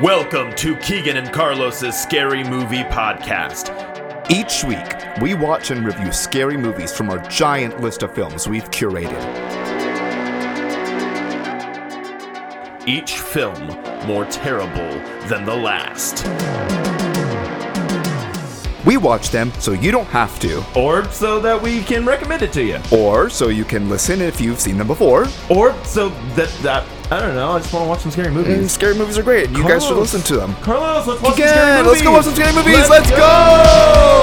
Welcome to Keegan and Carlos's Scary Movie Podcast. Each week, we watch and review scary movies from our giant list of films we've curated. Each film more terrible than the last. We watch them so you don't have to, Or so that we can recommend it to you. or so you can listen if you've seen them before. Or so that, that I don't know, I just want to watch some scary And movies. Mm, scary movies are great, and you guys should listen to them. Carlos, let's watch some scary Again, movies. let's go watch some scary movies. Let's, go.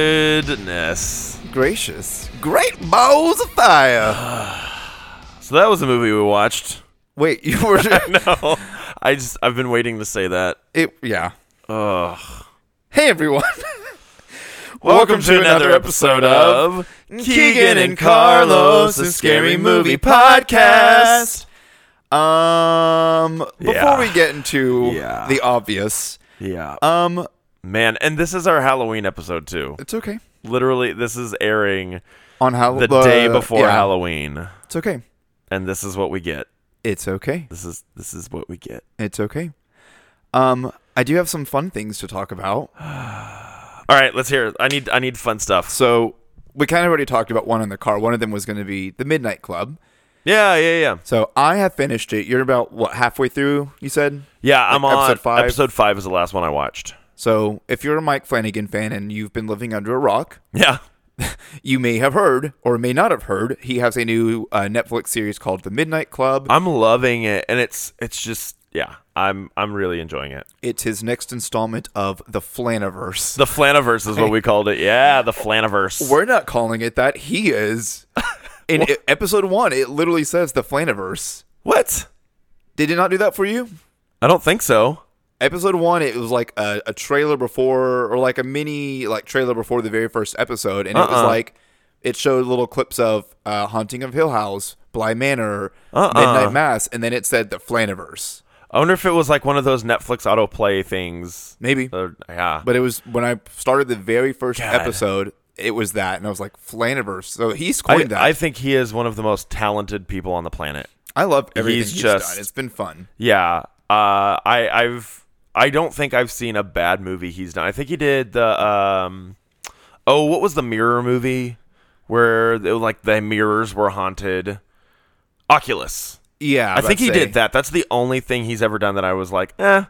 Goodness. Gracious, great balls of fire. So that was the movie we watched. Wait, you were No, I just I've been waiting to say that. it? Yeah. Ugh. Hey everyone. Welcome, to, another, episode of Keegan and Carlos, a scary movie podcast. Um, before Yeah. we get into Yeah. the obvious, Yeah, um, Uh, man, and this is our Halloween episode too. it's okay. Literally, this is airing On Halloween, the day before Halloween, it's okay. and this is what we get. It's okay. This is this is what we get. It's okay. Um, I do have some fun things to talk about. All right, let's hear. It. I need I need fun stuff. So we kind of already talked about one in the car. One of them was going to be the Midnight Club. Yeah, yeah, yeah, So I have finished it. You're about what halfway through? You said. yeah. I'm Like on episode five? Episode five is the last one I watched. So if you're a Mike Flanagan fan and you've been living under a rock, Yeah, You may have heard or may not have heard he has a new uh, Netflix series called The Midnight Club. I'm loving it, and it's it's just yeah. I'm I'm really enjoying it. It's his next installment of the Flaniverse. The Flanaverse is what we called it. Yeah, the Flanaverse. We're not calling it that. He is. In e- episode one, it literally says the Flaniverse. What? Did it not do that for you? I don't think so. Episode one, it was like a, a trailer before, or like a mini like trailer before the very first episode, and it was Uh-uh. like it showed little clips of uh, Haunting of Hill House, Bly Manor, Uh-uh. Midnight Mass, and then it said the Flaniverse. I wonder if it was like one of those Netflix autoplay things. Maybe Uh, yeah. But it was when I started the very first God. episode, it was that, and I was like, Flaniverse. So he's I, coined I that. think he is one of the most talented people on the planet. I, love everything he's he's, just- done. It's been fun. Yeah. Uh, I I've I don't think I've seen a bad movie he's done. I think he did the um, oh, what was the mirror movie where it, was like the mirrors were haunted? Oculus. Yeah, I think he did that. That's the only thing he's ever done that I was like, eh.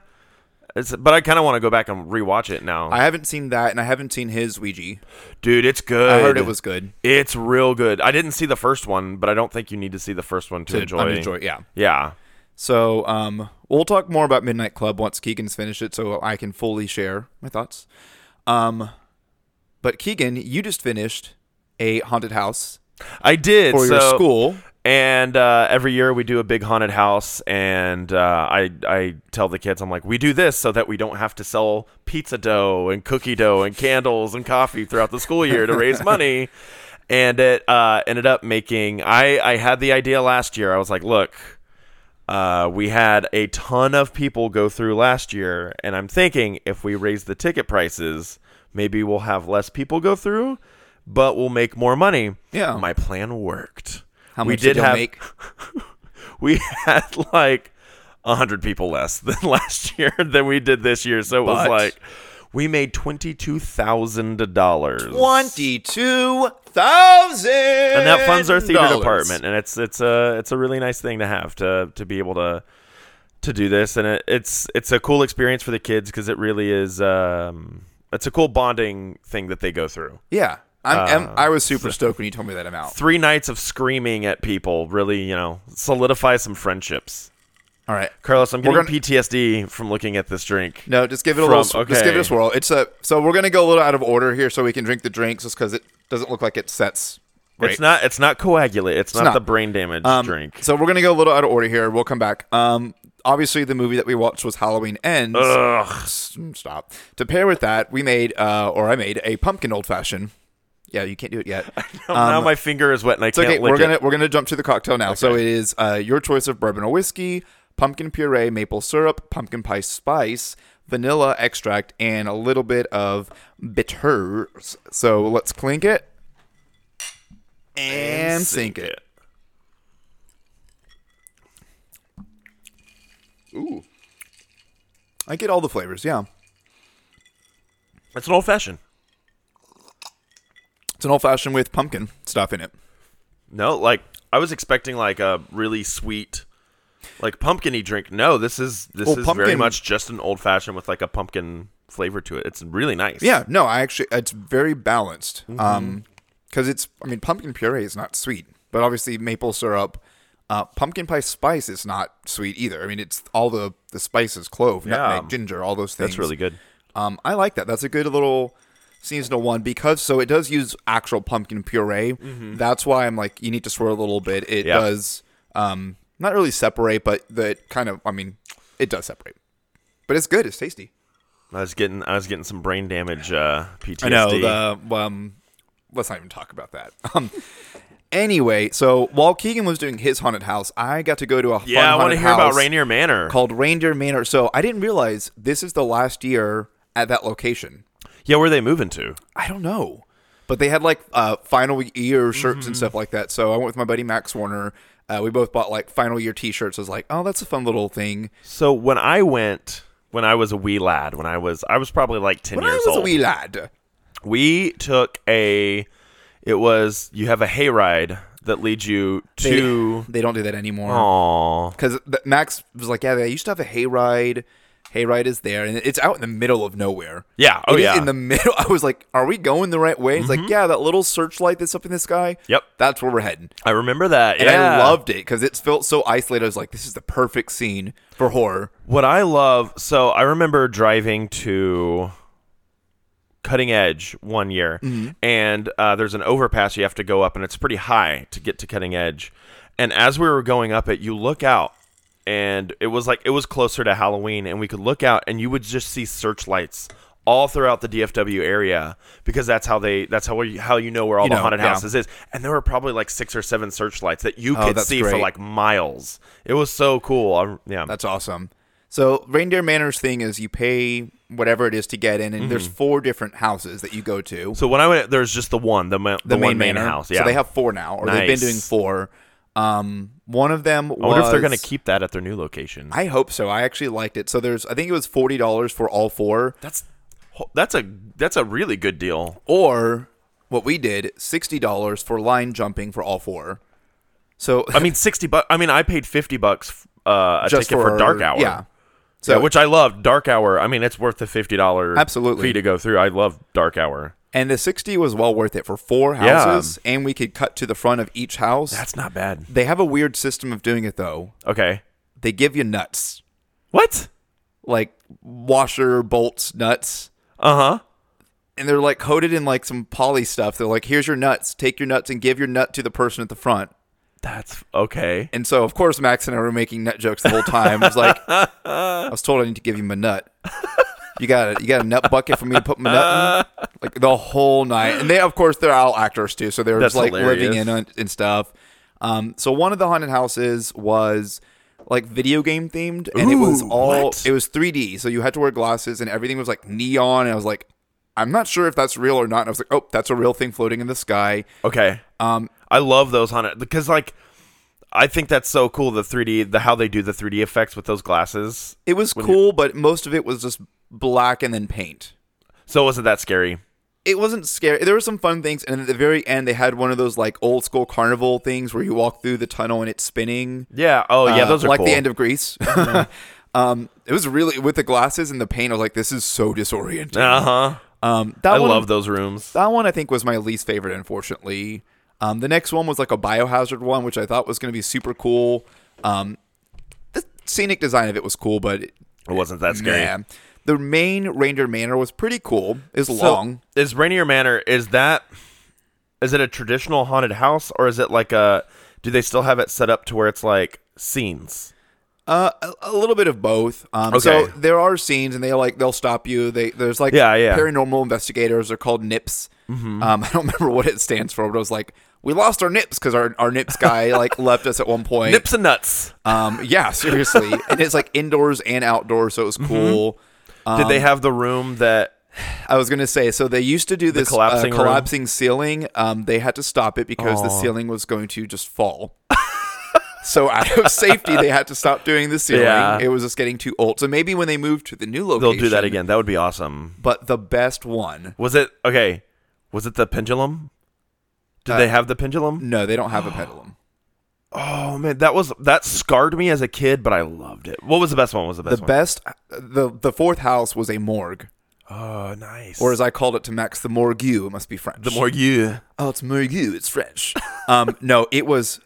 It's, but I kind of want to go back and rewatch it now, I haven't seen that, and I haven't seen his Ouija. dude. It's good. I heard it was good. It's real good. I didn't see the first one, but I don't think you need to see the first one to, To enjoy. enjoy, yeah. Yeah. So um, we'll talk more about Midnight Club once Keegan's finished it, so I can fully share my thoughts. Um, but Keegan, you just finished a haunted house I did. for your so- school. And uh, every year we do a big haunted house, and uh, I I tell the kids I'm like, we do this so that we don't have to sell pizza dough and cookie dough and candles and coffee throughout the school year to raise money. And it uh, ended up making I I had the idea last year. I was like, look, uh, we had a ton of people go through last year, and I'm thinking if we raise the ticket prices, maybe we'll have less people go through, but we'll make more money. Yeah. my plan worked. How we much did did y'all have make? we had like hundred people less than last year than we did this year, so it was But- like we made twenty two thousand dollars. Twenty-two thousand. and that funds our theater department and it's it's a it's a really nice thing to have to to be able to to do this and it, it's it's a cool experience for the kids because it really is um it's a cool bonding thing that they go through Yeah, I'm, Uh, I'm- i was super stoked when you told me that I'm out. three nights of screaming at people really you know solidify some friendships All right, carlos i'm We're getting gonna- ptsd from looking at this drink no, just give it a From- little. sw- Just give okay. it a swirl. It's a so we're gonna go a little out of order here, so we can drink the drinks, just because it doesn't look like it sets. Great. it's not it's not coagulate it's, not, not. the brain damage Um, drink So we're gonna go a little out of order here. We'll come back. Um, obviously the movie that we watched was Halloween Ends. Ugh. S- mm, Stop. To pair with that, we made uh, or I made a pumpkin old fashioned. Yeah, you can't do it yet. now my finger is wet and i can't um, okay, lick we're gonna it we're gonna jump to the cocktail now. So it is uh, your choice of bourbon or whiskey, pumpkin puree, maple syrup, pumpkin pie spice, vanilla extract, and a little bit of bitters. So let's clink it. and sink it. Ooh. I get all the flavors. Yeah. It's an old fashioned. It's an old fashioned with pumpkin stuff in it. No, like I was expecting like a really sweet, like pumpkiny drink. No, this is this Well, is very pumpkin- much just an old fashioned with like a pumpkin flavor to it. It's really nice. Yeah, no, I actually it's very balanced. Mm-hmm. Um 'cause because it's I mean pumpkin puree is not sweet, but obviously maple syrup, uh, pumpkin pie spice is not sweet either. I mean it's all the the spices, clove, Yeah. nutmeg, ginger, all those things. that's really good. Um, I like that. That's a good little seasonal one because so it does use actual pumpkin puree. That's why I'm like you need to swirl a little bit. It Mm-hmm. Yeah. does um not really separate, but that kind of I mean it does separate, but it's good. It's tasty. I was getting I was getting some brain damage uh, PTSD. I know the um. Let's not even talk about that. Um. Anyway, so while Keegan was doing his haunted house, I got to go to a fun yeah, I want to haunted hear about house Rainier Manor. called Reindeer Manor. So I didn't realize this is the last year at that location. yeah, where are they moving to? I don't know, but they had like uh, final year shirts Mm-hmm. and stuff like that. So I went with my buddy Max Warner. Uh, we both bought like final year T-shirts. I was like, oh, that's a fun little thing. So when I went, when I was a wee lad, when I was I was probably like ten When I years was old. a wee lad, we took a. It was you have a hayride that leads you they, to. they don't do that anymore. Oh. Aw. because Max was like, "Yeah, they used to have a hayride. Hayride is there, and it's out in the middle of nowhere." Yeah. Oh It is yeah. Mm-hmm. in the middle. I was like, "Are we going the right way?" It's like, "Yeah, that little searchlight that's up in the sky. Yep. that's where we're heading." I remember that. And yeah. I loved it because it felt so isolated. I was like, "This is the perfect scene for horror." What I love, so I remember driving to Cutting Edge one year, Mm-hmm. and uh, there's an overpass you have to go up, and it's pretty high to get to Cutting Edge. And as we were going up it, you look out, and it was like it was closer to Halloween, and we could look out, and you would just see searchlights all throughout the DFW area because that's how they that's how we, how you know where all You the know, haunted yeah. houses is. And there were probably like six or seven searchlights that you Oh, could that's see for great. like miles. It was so cool. I, yeah. That's awesome. So Reindeer Manor's thing is you pay whatever it is to get in, and there's Mm-hmm. four different houses that you go to. So when I went, there's just the one, the, ma- the, the, one main main manor. house. Yeah. So they have four now, or they've been Nice. doing four. Um, one of them. I wonder if they're was- going to keep that at their new location. I hope so. I actually liked it. So there's, I think it was forty dollars for all four, that's that's a that's a really good deal. or what we did, sixty dollars for line jumping for all four. So I mean, sixty bucks. I mean, I paid fifty bucks uh, a ticket for, Dark Hour. yeah. So So- which I love Dark Hour. I mean, it's worth the fifty dollar Absolutely. fee to go through. I love Dark Hour. and the sixty was well worth it for four Yeah. houses, and we could cut to the front of each house. That's not bad. they have a weird system of doing it though. Okay. They give you nuts, What? like washer bolts, nuts. Uh huh. and they're like coated in like some poly stuff. They're like, here's your nuts. Take your nuts and give your nut to the person at the front. That's okay. And so, of course, Max and I were making nut jokes the whole time. I was like, I was told I need to give you my nut. You got a, you got a nut bucket for me to put my nut in, like the whole night. And they, of course, they're all actors too, so they're That's just like living hilarious. in it and stuff. Um, so one of the haunted houses was like video game themed, and it was Ooh, all what? it was 3D. So you had to wear glasses, and everything was like neon. And I was like, I'm not sure if that's real or not. And I was like, oh, that's a real thing floating in the sky. Okay. Um, I love those haunted because like I think that's so cool the 3D the how they do the 3D effects with those glasses. It was cool, but most of it was just black and then paint. So it wasn't that scary. It wasn't scary. There were some fun things, and at the very end, they had one of those like old school carnival things where you walk through the tunnel and it's spinning. Yeah. Oh, yeah. Uh, Those are like cool. the end of Greece. um, it was really with the glasses and the paint. I was like, this is so disorienting. Uh huh. Um, that I one, love those rooms. that one. I think was my least favorite, unfortunately. Um, the next one was like a biohazard one, which I thought was going to be super cool. Um, the scenic design of it was cool, but it, It wasn't that scary. Yeah. The main Ranger Manor was pretty cool. It's So, long. Is Rainier Manor? Is that? Is it a traditional haunted house or is it like a? Do they still have it set up to where it's like scenes? Uh, a, a little bit of both. Um, So Okay. there are scenes, and they like they'll stop you. They there's like Yeah, yeah. Mm-hmm. paranormal investigators. They're called NIPS. Um, I don't remember what it stands for, but I was like, we lost our NIPS because our, our NIPS guy like left us at one point. Nips and nuts. Um, yeah, Mm-hmm. seriously, and it's like indoors and outdoors, so it was cool. Did they have the room that I was gonna say. So they used to do this collapsing uh, room? collapsing ceiling. Um, they had to stop it because the Aw. ceiling was going to just fall. so out of safety, they had to stop doing the ceiling. Yeah. It was just getting too old. So maybe when they move to the new They'll location, do that again. That would be awesome. But the best one. Was it okay? Was it the pendulum? Did Uh, they have the pendulum? No, they don't have a pendulum. Oh man, that was that scarred me as a kid, but I loved it. What was the best one? What was the The best one? best, the the fourth house was a morgue, Oh, nice. or as I called it to Max, the morgue. It must be French. the more you. oh, it's morgue. It's French. um, no, it was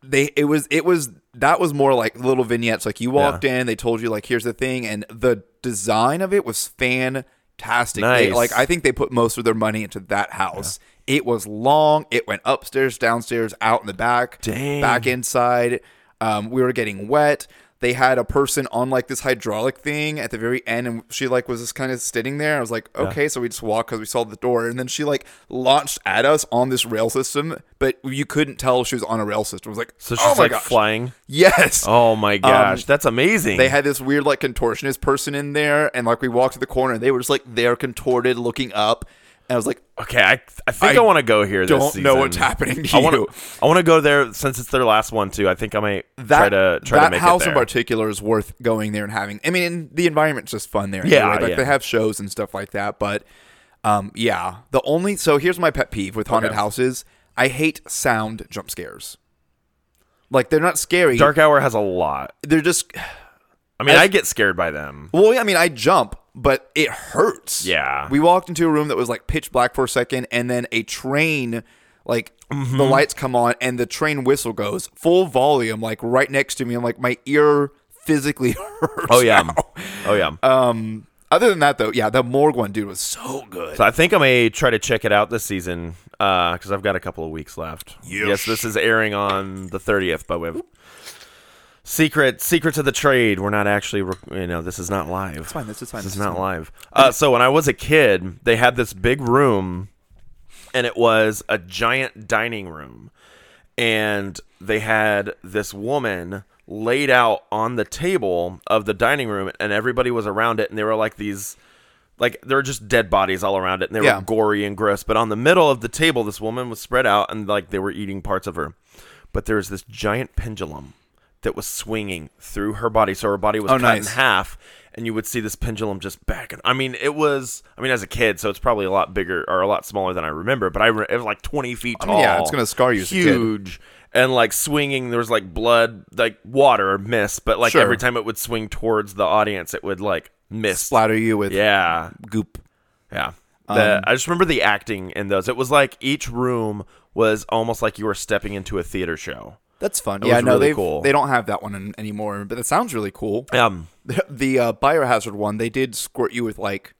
they. It was it was that was more like little vignettes. Like you walked in, they told you like here's the thing, and the design of it was fantastic. They- Nice. like I think they put most of their money into that house. It was long. It went upstairs, downstairs, out in the back, Dang. back inside. Um, we were getting wet. They had a person on like this hydraulic thing at the very end, and she like was just kind of sitting there. I was like, okay, so we just walked because we saw the door, and then she like launched at us on this rail system, but you couldn't tell she was on a rail system. I was like, So she's oh my like gosh, flying. yes. Oh my gosh, that's amazing. Um, They had this weird like contortionist person in there, and like we walked to the corner, and they were just like there contorted, looking up, and I was like, okay, I I think I, I want to go here. this don't know season. what's happening to I want you. to I want to go there since it's their last one too. I think I might that try to try that to make house it in there. particular is worth going there and having. I mean, and the environment's just fun there. Yeah, anyway. like yeah. they have shows and stuff like that. But um, yeah, the only so here's my pet peeve with haunted Okay. houses: I hate sound jump scares. Like they're not scary. Dark Hour has a lot. They're just I mean, As- I get scared by them. well. yeah, I mean, I jump, but it hurts. Yeah. we walked into a room that was like pitch black for a second, and then a train. Like Mm-hmm. the lights come on and the train whistle goes full volume, like right next to me. I'm like, my ear physically hurts. Oh yeah. now. Oh yeah. Um, other than that, though, yeah, the morgue one, dude, was so good. So I think I may try to check it out this season because I've got a couple of weeks left. Yes. this is airing on the thirtieth, but with secret secrets of the trade, we're not actually rec- you know this is not live. It's fine, this is fine, This this is is not live. Uh, so when I was a kid, they had this big room, and it was a giant dining room, and they had this woman laid out on the table of the dining room and everybody was around it and they were like these like there were just dead bodies all around it and they Yeah. were gory and gross but on the middle of the table this woman was spread out and like they were eating parts of her but there was this giant pendulum that was swinging through her body so her body was Oh, cut nice. in half and you would see this pendulum just back and i mean it was i mean as a kid so it's probably a lot bigger or a lot smaller than i remember but i re- it was like 20 feet tall mean, yeah, it's gonna scar you as a kid. huge and like swinging there was like blood like water or mist but like Sure. every time it would swing towards the audience it would like mist Splatter you with yeah goop. yeah. The, I just remember the acting in those. It was like each room was almost like you were stepping into a theater show. That's fun. It yeah, was no, really they cool. they don't have that one an- anymore, but that sounds really cool. Um, The, the uh, biohazard one, they did squirt you with like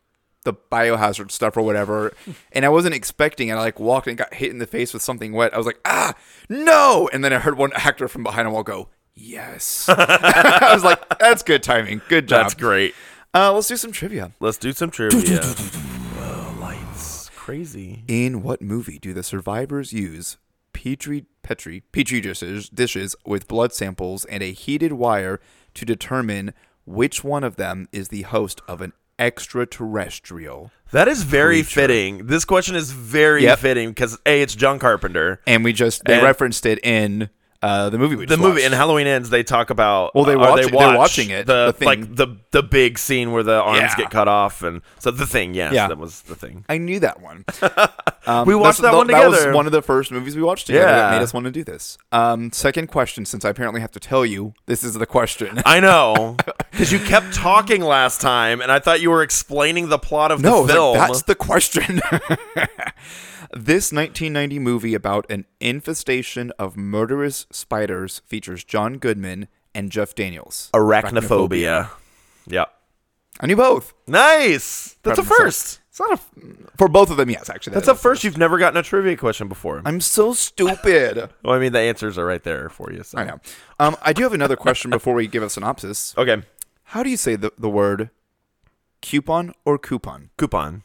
the biohazard stuff or whatever, and I wasn't expecting it. I like walked and got hit in the face with something wet. I was like, ah, no! And then I heard one actor from behind a wall go, yes. I was like, that's good timing. Good job. that's great. Uh, let's do some trivia. Let's do some trivia. Whoa, lights, crazy. In what movie do the survivors use petri petri petri dishes dishes with blood samples and a heated wire to determine which one of them is the host of an extraterrestrial? That is very fitting. This question is very Yep. fitting because a, it's John Carpenter. And we just they And- referenced it in uh, the movie we The just movie watched. and Halloween ends. They talk about Well, they or watch they it- they're watch watching it, The, the thing. like the the big scene where the arms Yeah. get cut off and so the thing. Yes, Yeah. that was the thing. I knew that one. Um, We watched that's- that one That together. was one of the first movies we watched together that Yeah. made us want to do this. Um, second question, since I apparently have to tell you, this is the question. I know because you kept talking last time, and I thought you were explaining the plot of the No, it's like, film. that's the question. this 1990 movie about an infestation of murderous spiders features John Goodman and Jeff Daniels. arachnophobia. Yeah. I knew both. Nice. That's a Problem solved. first. It's not a for both of them. Yes, actually, That's a first. You've never gotten a trivia question before. I'm so stupid. well, I mean, the answers are right there for you. So. I know. Um, I do have another question before we give a synopsis. Okay. How do you say the, the word coupon or coupon? Coupon.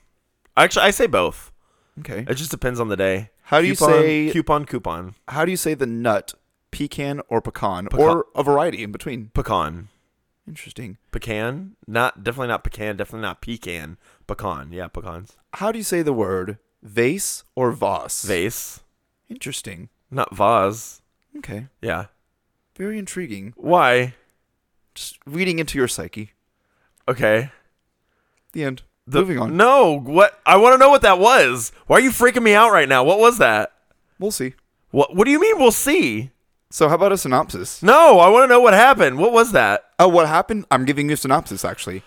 Actually, I say both. Okay. It just depends on the day. How do you Coupon, say- coupon? Coupon. How do you say the nut pecan or pecan, Pecan. or a variety in between? Pecan. Interesting. Pecan? Not definitely not pecan. Definitely not pecan. Pecan. Yeah, pecans. How do you say the word vase or vase? Vase. Interesting. Not vase. Okay. Yeah. Very intriguing. Why? Just reading into your psyche. Okay. The end. The- Moving on. No. What? I want to know what that was. Why are you freaking me out right now? What was that? We'll see. What? What do you mean? We'll see. So, how about a synopsis? No. I want to know what happened. What was that? Oh, what happened? I'm giving you a synopsis, actually.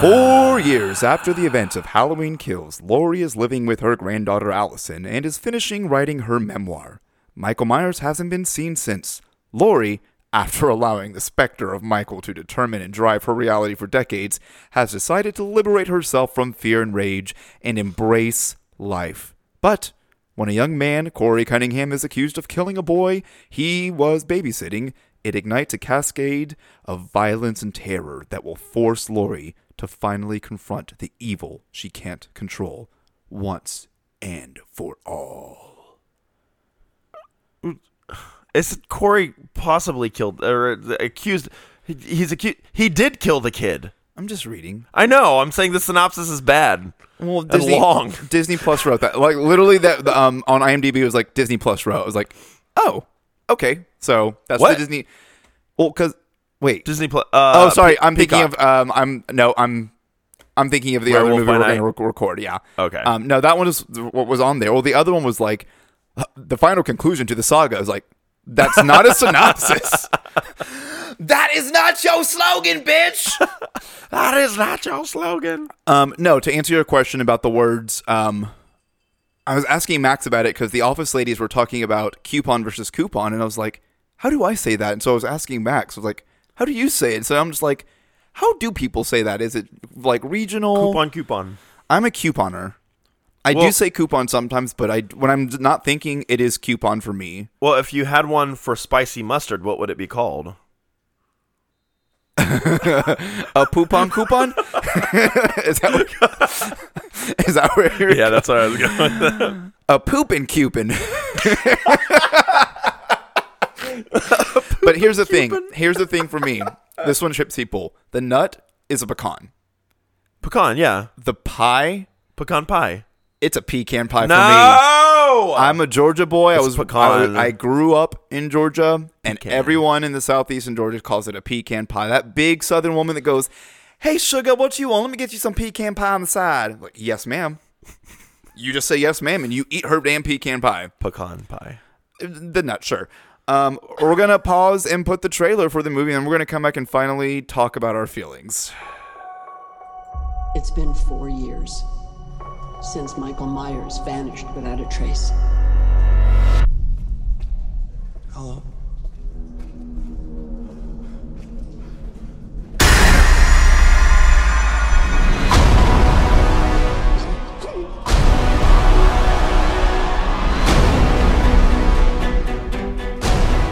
Four years after the events of Halloween Kills, Laurie is living with her granddaughter Allison and is finishing writing her memoir. Michael Myers hasn't been seen since. Laurie, after allowing the specter of Michael to determine and drive her reality for decades, has decided to liberate herself from fear and rage and embrace life. But when a young man, Corey Cunningham, is accused of killing a boy he was babysitting, it ignites a cascade of violence and terror that will force Lori to finally confront the evil she can't control once and for all. Is Corey possibly killed or uh, accused? he- He's accused. He did kill the kid. I'm just reading. I know. I'm saying the synopsis is bad. Well, And long. Disney Plus wrote that. Like literally, that the, um on IMDb it was like Disney Plus wrote. It was like, oh, okay, so that's What? the Disney. Well, because wait, Disney Plus. Uh, Oh, sorry. I'm Peacock. thinking of um. I'm no. I'm. I'm thinking of the Werewolf other movie by we're going Night? to rec- record. Yeah. Okay. Um. No, that one is th- what was on there. Well, the other one was like uh, the final conclusion to the saga is like that's not a synopsis. that is not your slogan, bitch. That is not your slogan. um. No. To answer your question about the words, um. I was asking Max about it because the office ladies were talking about coupon versus coupon, and I was like, "How do I say that?" And so I was asking Max, I was like, "How do you say it?" So I'm just like, "How do people say that? Is it like regional?" Coupon, coupon. I'm a couponer. I Well- do say coupon sometimes, but I when I'm not thinking, it is coupon for me. Well, if you had one for spicy mustard, what would it be called? A poupon coupon. is that where, is that where you're, Yeah, that's where I was going. a poopin' coupon? but here's the thing. Here's the thing for me. This one trips people. The nut is a pecan. Pecan, yeah. The pie, Pecan pie. it's a pecan pie for me. No! I'm a Georgia boy. I was pecan. I, I grew up in Georgia, and Pecan. everyone in the southeast in Georgia calls it a pecan pie. That big Southern woman that goes, "Hey, sugar, what you want? Let me get you some pecan pie on the side." I'm like, yes, ma'am. You just say yes, ma'am, and you eat her damn pecan pie. pecan pie. The nut, sure. Um, we're gonna pause and put the trailer for the movie, and we're gonna come back and finally talk about our feelings. It's been four years since Michael Myers vanished without a trace. Hello.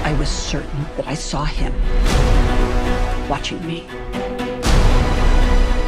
I was certain that I saw him watching me.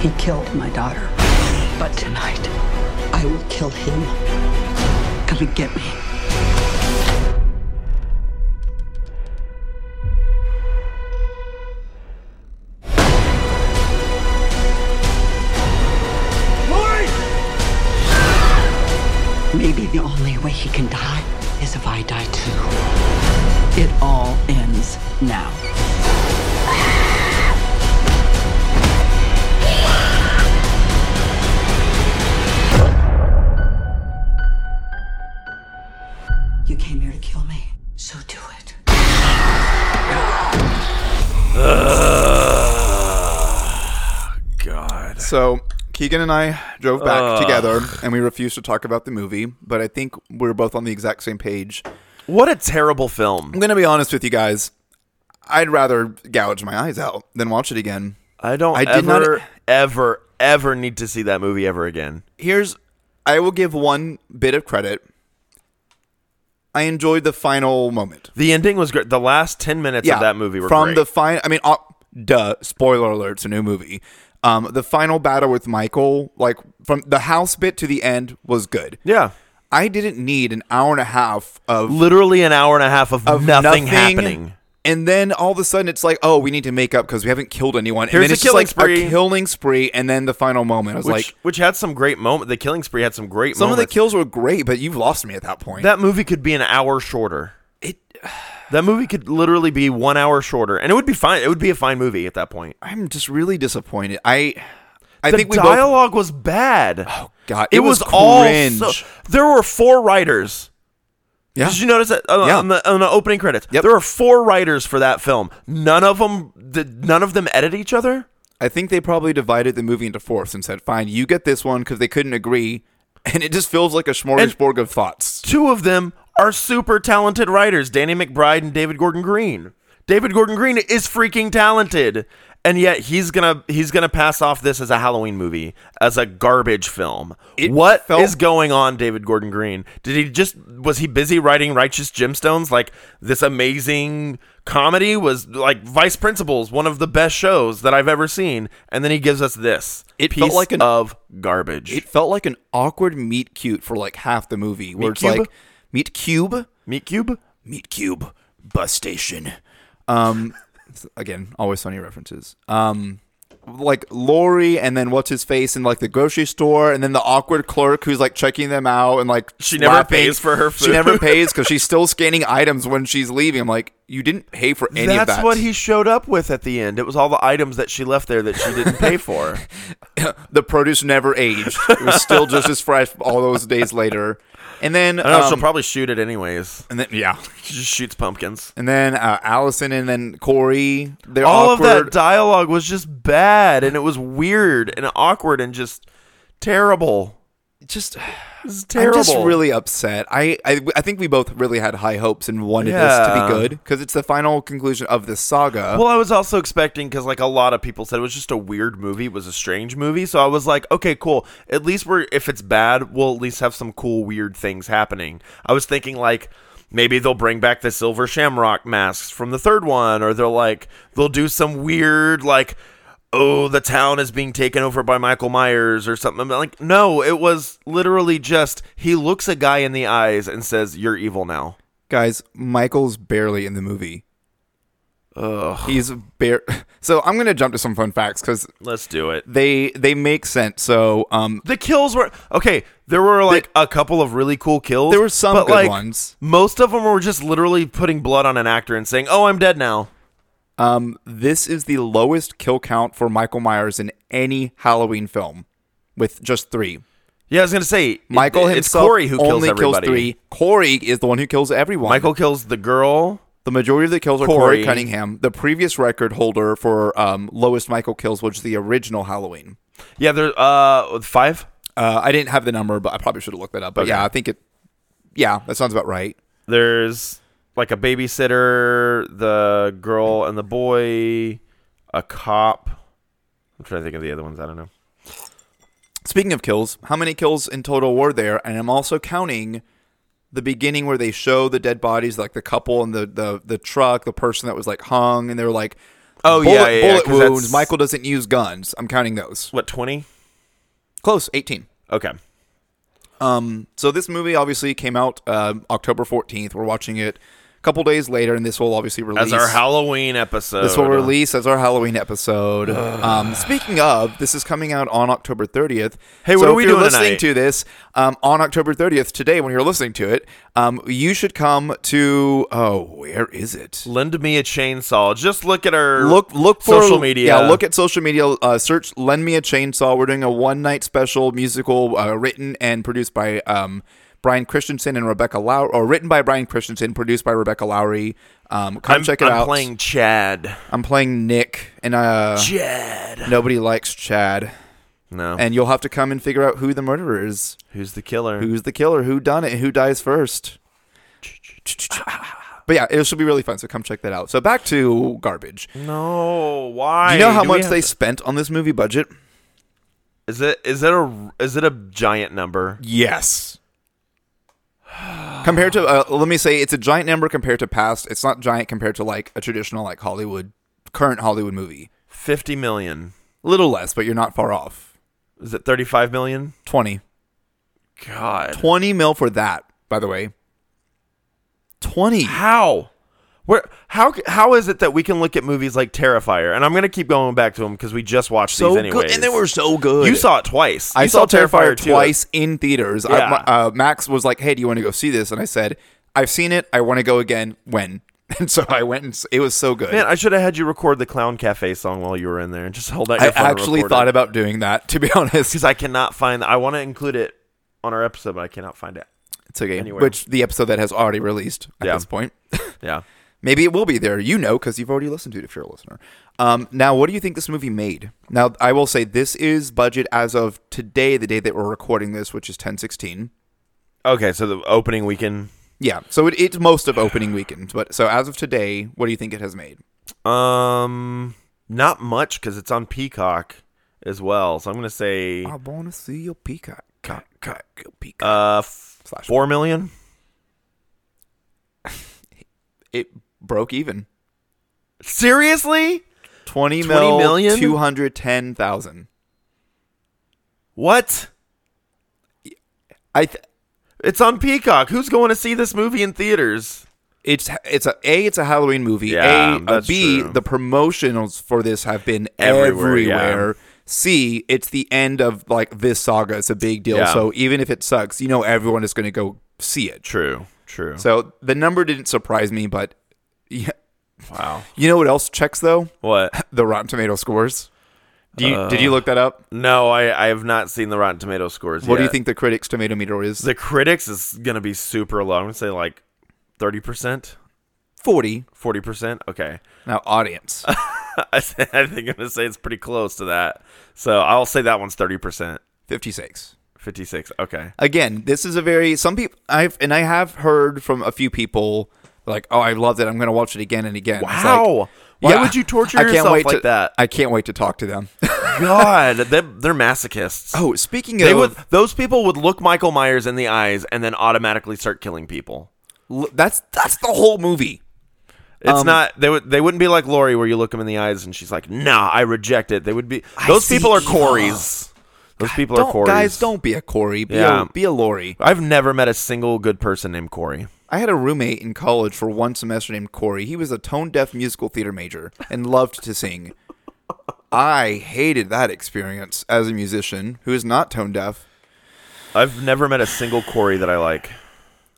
He killed my daughter. But tonight, I will kill him. Come and get me. Maybe the only way he can die is if I die too. It all ends now. You came here to kill me, so do it. God. So Keegan and I drove back together, and we refused to talk about the movie. But I think we're both on the exact same page. What a terrible I'm film. gonna be honest with you guys. I'd rather gouge my eyes out than watch it again. I don't I did not- ever, ever, ever need to see that movie ever again. Here's I will give one bit of credit. I enjoyed the final moment. The ending was great. The last ten minutes of that movie were from great. the final. I mean, uh, duh. Spoiler alert! It's a new movie. Um, the final battle with Michael, like from the house bit to the end, was good. yeah, I didn't need an hour and a half of literally an hour and a half of, of nothing, happening. And then all of a sudden, it's like, oh, we need to make up because we haven't killed anyone. Here's and then a it's just killing like spree. a killing spree, and then the final moment. I was Which, like, which had some great moment. The killing spree had some great. some of the moments. kills were great, but you've lost me at that point. That movie could be an hour shorter. It- that movie could literally be one hour shorter, and it would be fine. It would be a fine movie at that point. I'm just really disappointed. I, I the think we both. dialogue was bad. Oh God, it, it was, was all. cringe. So, there were four writers. Yeah. Did you notice that uh, Yeah. on, the, on the opening credits? Yep. There were four writers for that film. None of them did. None of them edit each other. I think they probably divided the movie into fourths and said, "Fine, you get this one" because they couldn't agree, and it just feels like a smorgasbord of thoughts. Two of them are super talented writers: Danny McBride and David Gordon Green. David Gordon Green is freaking talented, and yet he's gonna he's gonna pass off this as a Halloween movie, as a garbage film. What It is felt- going on, David Gordon Green? Did he just was he busy writing Righteous Gemstones? Like this amazing comedy was like Vice Principals, one of the best shows that I've ever seen, and then he gives us this It piece felt like an- of garbage. It felt like an awkward meet cute for like half the movie, Meet where it's cube? like meet cube, Meat Cube. meet cube, bus station. Um, again, always funny references. Um, like Lori, and then what's his face in like the grocery store, and then the awkward clerk who's like checking them out, and like She never laughing. pays for her She food. never pays because she's still scanning items when she's leaving. I'm like, you didn't pay for any That's of that. what he showed up with at the end. It was all the items that she left there that she didn't pay for. the produce never aged. It was still just as fresh all those days later. And then, I don't know, she'll um, probably shoot it anyways. and then yeah, She just shoots pumpkins. and then uh, Allison, and then Corey. They're All awkward. of that dialogue was just bad and it was weird and awkward and just terrible. just It's terrible. I'm just really upset. I, I I think we both really had high hopes and wanted this to Yeah. be good because it's the final conclusion of this saga. well, I was also expecting because, like, a lot of people said it was just a weird movie. It was a strange movie, so I was like, okay, cool. At least we're if it's bad, we'll at least have some cool, weird things happening. I was thinking like maybe they'll bring back the silver shamrock masks from the third one, or they'll like they'll do some weird like. Oh, the town is being taken over by Michael Myers or something. I'm like, no, it was literally just he looks a guy in the eyes and says, "You're evil now." Guys, Michael's barely in the movie. Ugh. He's bare. So I'm gonna jump to some fun facts because Let's do it. they they make sense. So um, The kills were okay. There were like a couple of really cool kills. There were some but, good like, ones. Most of them were just literally putting blood on an actor and saying, "Oh, I'm dead now." um, this is the lowest kill count for Michael Myers in any Halloween film, with just three. Yeah, I was gonna say Michael it- himself It's Corey who kills only everybody. kills three. Corey is the one who kills everyone. Michael kills the girl. The majority of the kills are Corey. Corey, Cunningham, the previous record holder for um, lowest Michael kills, which is the original Halloween. Yeah, there. Uh, five. Uh, I didn't have the number, but I probably should have looked that up. But Okay. yeah, I think it. Yeah, that sounds about right. There's like a babysitter, the girl and the boy, a cop. I'm trying to think of the other ones. I don't know. Speaking of kills, how many kills in total were there? And I'm also counting the beginning where they show the dead bodies, like the couple and the the, the truck, the person that was like hung, and they were like, Oh, bullet, yeah, yeah, yeah, bullet 'cause that's- wounds. Michael doesn't use guns. I'm counting those. What twenty? Close, 18. Okay. Um, so this movie obviously came out um October 14th. We're watching it a couple days later, and this will obviously release. As our Halloween episode. this will release as our Halloween episode. um, speaking of, this is coming out on October 30th. Hey, what so are we if you're doing listening tonight? to this um, on October 30th today, when you're listening to it, um, you should come to. Oh, where is it? Lend me a chainsaw. Just look at our Look, look for social media. Yeah, look at social media. Uh, search "Lend Me a Chainsaw." We're doing a one-night special musical uh, written and produced by um, Brian Christensen and Rebecca Lowry, or written by Brian Christensen, produced by Rebecca Lowry. Um, come I'm, check it I'm out. playing Chad. I'm playing Nick, and uh, Chad. nobody likes Chad. No. And you'll have to come and figure out who the murderer is, who's the killer? who's the killer, who done it, who dies first. But yeah, it should be really fun. So come check that out. So back to garbage. Do No, why? you know how Do we much have they to- spent on this movie budget? is it is it a is it a giant number? Yes. compared to, uh, let me say, it's a giant number compared to past. It's not giant compared to like a traditional like Hollywood, current Hollywood movie. Fifty million. A little less, but you're not far off. Is it thirty-five million? 20. God, 20 mil for that, by the way. 20. how? Where? How? How is it that we can look at movies like Terrifier, and I'm gonna keep going back to them because we just watched So these anyways. good. And they were so good. You saw it twice. I You saw Terrifier 2. twice in theaters. I- Yeah. uh, Max was like, "Hey, do you want to go see this?" And I said, "I've seen it. I want to go again. When?" And so I went, and s- it was so good. Man, I should have had you record the Clown Cafe song while you were in there and just hold out. I Your phone and actually record thought it. about doing that. To be honest, because I cannot find. I want to include it on our episode, but I cannot find it. It's okay. Anywhere. Which the episode that has already released at Yeah. this point. Yeah. Maybe it will be there. You know, because you've already listened to it if you're a listener. Um, now, what do you think this movie made? Now, I will say this is budget as of today, the day that we're recording this, which is 1016. Okay, so the opening weekend. Yeah. So it, it's most of opening weekend. But so as of today, what do you think it has made? Um, not much because it's on Peacock as well. So I'm gonna say want to see your peacock. Cock, cock, your peacock. uh f- Slash. four million. it broke even. Seriously? 20 20, mil, million? 210,000. What? I th- It's on Peacock. Who's going to see this movie in theaters? it's it's a a it's a Halloween movie. Yeah, a, a that's B true. the promotionals for this have been everywhere. Everywhere, yeah. C it's the end of like this saga. It's a big deal. Yeah. So even if it sucks, you know everyone is going to go see it. True. True. So the number didn't surprise me, but yeah. wow. you know what else checks though? What? The Rotten Tomato scores. Do you, did Uh, you look that up? No, I I have not seen the Rotten Tomato scores. What do you yet. think the critics' tomato meter is? The critics is gonna be super low. I'm gonna say like thirty percent, forty. forty percent. Okay. Now audience. I think I'm gonna say it's pretty close to that. So I'll say that one's thirty percent, Fifty six. fifty six. Okay. again, this is a very some people I've and I have heard from a few people like, oh, I loved it. I'm gonna watch it again and again. It's like, Wow. Why yeah, would you torture I can't yourself wait like to, that? I can't wait to talk to them. God, they, they're masochists. oh, speaking they of, would. Those people would look Michael Myers in the eyes and then automatically start killing people. l- that's that's the whole movie. Um, It's not. They would. They wouldn't be like Lori, where you look them in the eyes and she's like, "Nah, I reject it." They would be. Those see people are evil. Corys. Those people are Don't Corys. guys, don't be a Corey. Be Yeah. a be a Lori. I've never met a single good person named Corey. I had a roommate in college for one semester named Corey. He was a tone deaf musical theater major and loved to sing. I hated that experience as a musician who is not tone deaf. I've never met a single Corey that I like.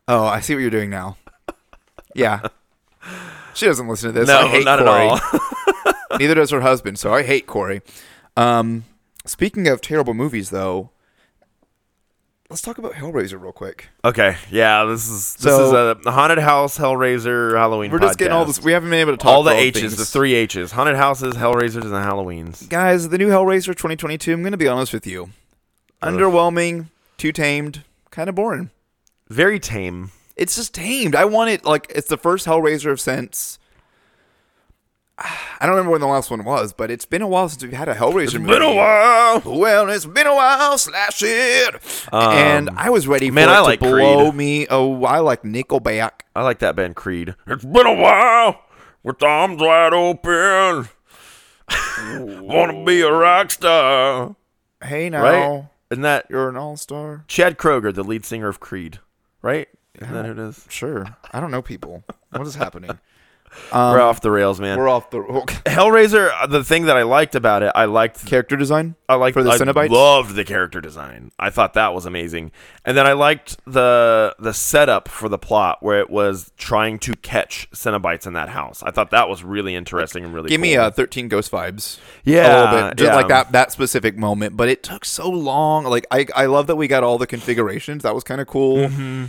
Oh, I see what you're doing now. Yeah. She doesn't listen to this. No, I hate not Corey. at all. Neither does her husband, so I hate Corey. Um, speaking of terrible movies, though, let's talk about Hellraiser real quick. Okay, yeah, this is this So- is a haunted house, Hellraiser, Halloween. We're just getting all podcast. this. We haven't been able to talk all the about H's, things. the three H's, haunted houses, Hellraisers, and Halloweens. guys. The new Hellraiser 2022. I'm going to be honest with you. Underwhelming, too tamed, kind of boring. Very tame. It's just tamed. I want it like it's the first Hellraiser since. I don't remember when the last one was, but it's been a while since we've had a Hellraiser movie. while. Well, it's been a while, slash it. and I was ready for Um, man, it I to like blow Creed. me. Oh, I like Nickelback. I like that band Creed. It's been a while with arms wide open. Wanna be a rock star, Hey now, right? Isn't that you're an all star. Chad Kroger, the lead singer of Creed, right? Isn't that who it is? Sure. I don't know people. What is happening? Um, we're off the rails, man. We're off the okay. Hellraiser. uh, The thing that I liked about it, I liked character design. I liked for the I Cenobites. Loved the character design. I thought that was amazing, and then I liked the the setup for the plot where it was trying to catch Cenobites in that house. I thought that was really interesting and really. Give me cool. uh, 13 Ghost vibes. A little Yeah, bit. Just yeah. like that that specific moment. But it took so long. Like, I, I love that we got all the configurations. That was kind of cool. Mm-hmm.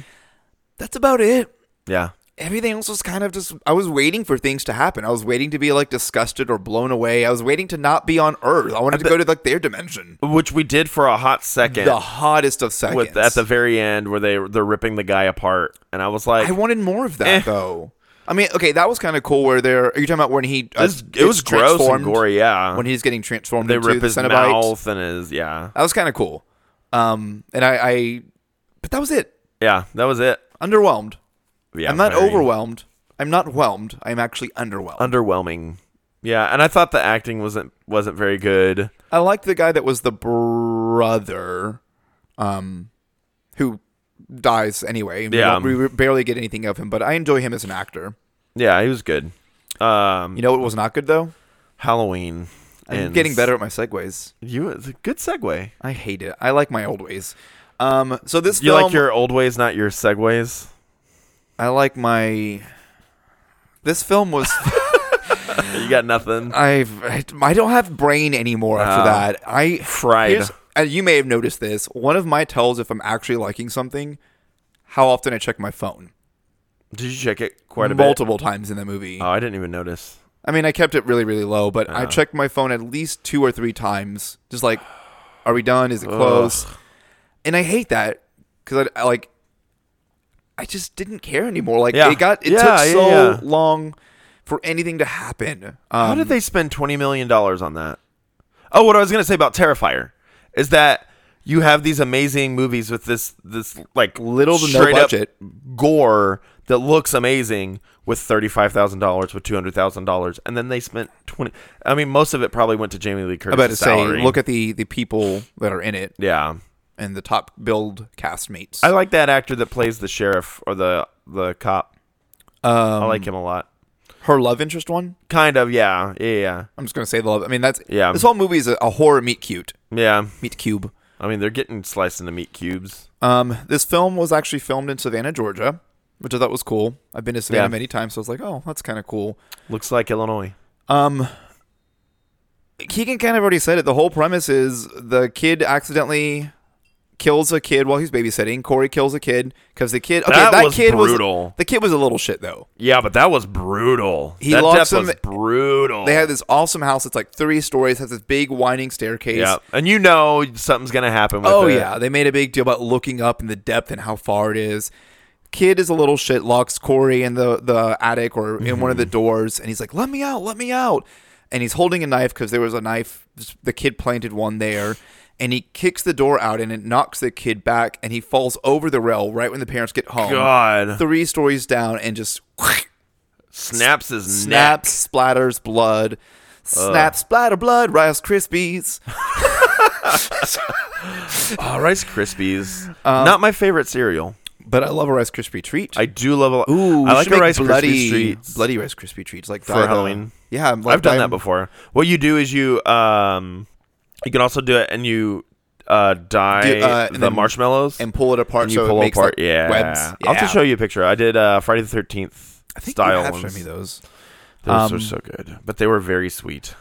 That's about it. yeah. Everything else was kind of just. I was waiting for things to happen. I was waiting to be like disgusted or blown away. I was waiting to not be on Earth. I wanted to go to like their dimension. Which we did for a hot second The hottest of seconds. with at the very end where they they're ripping the guy apart, and I was like, I wanted more of that Eh. though. I mean, okay, that was kind of cool. Where they're, are you talking about when he? uh, This- it was gets gross and transformed? gory, yeah. When he's getting transformed, They into rip the his Cenobite? mouth and his yeah, That was kind of cool. Um, and I, I, but that was it. yeah. That was it. Underwhelmed. Yeah, I'm not very overwhelmed. I'm not whelmed. I'm actually underwhelmed. Underwhelming. Yeah, and I thought the acting wasn't wasn't very good. I liked the guy that was the brother, um, who dies anyway. We Yeah. um, don't- we barely get anything of him, but I enjoy him as an actor. Yeah, he was good. Um, You know, what was not good though. Halloween. I'm ends. getting better at my segues. You it's a good segue. I hate it. I like my old ways. Um, so this You film, like your old ways, not your segues. I like my. This film was. You got Uh, nothing. I've. I, I don't have brain anymore after Ah. that. I Fried. here's- And you may have noticed this. One of my tells if I'm actually liking something, how often I check my phone. Did you check it quite a bit? multiple times in the movie. Oh, I didn't even notice. I mean, I kept it really, really low, but I checked my phone at least two or three times, just like, are we done? Is it close? And I hate that because I, I, like, I just didn't care anymore. Like Yeah. it got it Yeah, took yeah, so yeah. long for anything to happen. Um, How did they spend twenty million dollars on that? Oh, what I was gonna say about Terrifier is that you have these amazing movies with this this like Little to no straight up budget. gore that looks amazing with thirty five thousand dollars with two hundred thousand dollars, and then they spent twenty. I mean, most of it probably went to Jamie Lee I'm Curtis. about to say, salary. look at the the people that are in it yeah. and the top build castmates. I like that actor that plays the sheriff or the the cop. I like him a lot. Um, Her love interest one. Kind of, yeah, yeah, yeah, I'm just gonna say the love. I mean, that's Yeah. This whole movie is a, a horror meet cute yeah. meet cube. I mean, they're getting sliced into meat cubes. Um, this film was actually filmed in Savannah, Georgia, which I thought was cool. I've been to Savannah Yeah. many times, so I was like, oh, that's kind of cool. Looks like Illinois. Um, Keegan kind of already said it. The whole premise is the kid accidentally kills a kid while he's babysitting. Corey kills a kid because the kid. Okay, that, That was kid was brutal. the kid was a little shit though. Yeah, but that was brutal. He that locks death was him- brutal. They had this awesome house. that's like three stories. Has this big winding staircase. yeah, and you know something's gonna happen. With Oh it. yeah, they made a big deal about looking up and the depth and how far it is. Kid is a little shit. Locks Corey in the the attic or in one of Mm-hmm. the doors, and he's like, "Let me out! Let me out!" And he's holding a knife because there was a knife. The kid planted one there, and he kicks the door out, and it knocks the kid back, and he falls over the rail right when the parents get home. God. three stories down, and just snaps his neck. snaps, splatters blood, snap, splatter blood, Rice Krispies. Oh, Rice Krispies. Um, Not my favorite cereal. But I love a Rice Krispie treat. I do love a. Ooh, I we like should a make Rice bloody, Krispies treats. bloody Rice Krispie treats, like for dye the- Halloween. Yeah, I'm like I've done dye- that before. What you do is you um, you can also do it and you uh dye Do, uh, and the then- marshmallows and pull it apart and you so it pull makes, apart. like, yeah. webs. I'll have to Yeah. show you a picture. I did uh Friday the Thirteenth I think style you have ones. shown me those. Those Um, were so good, but they were very sweet.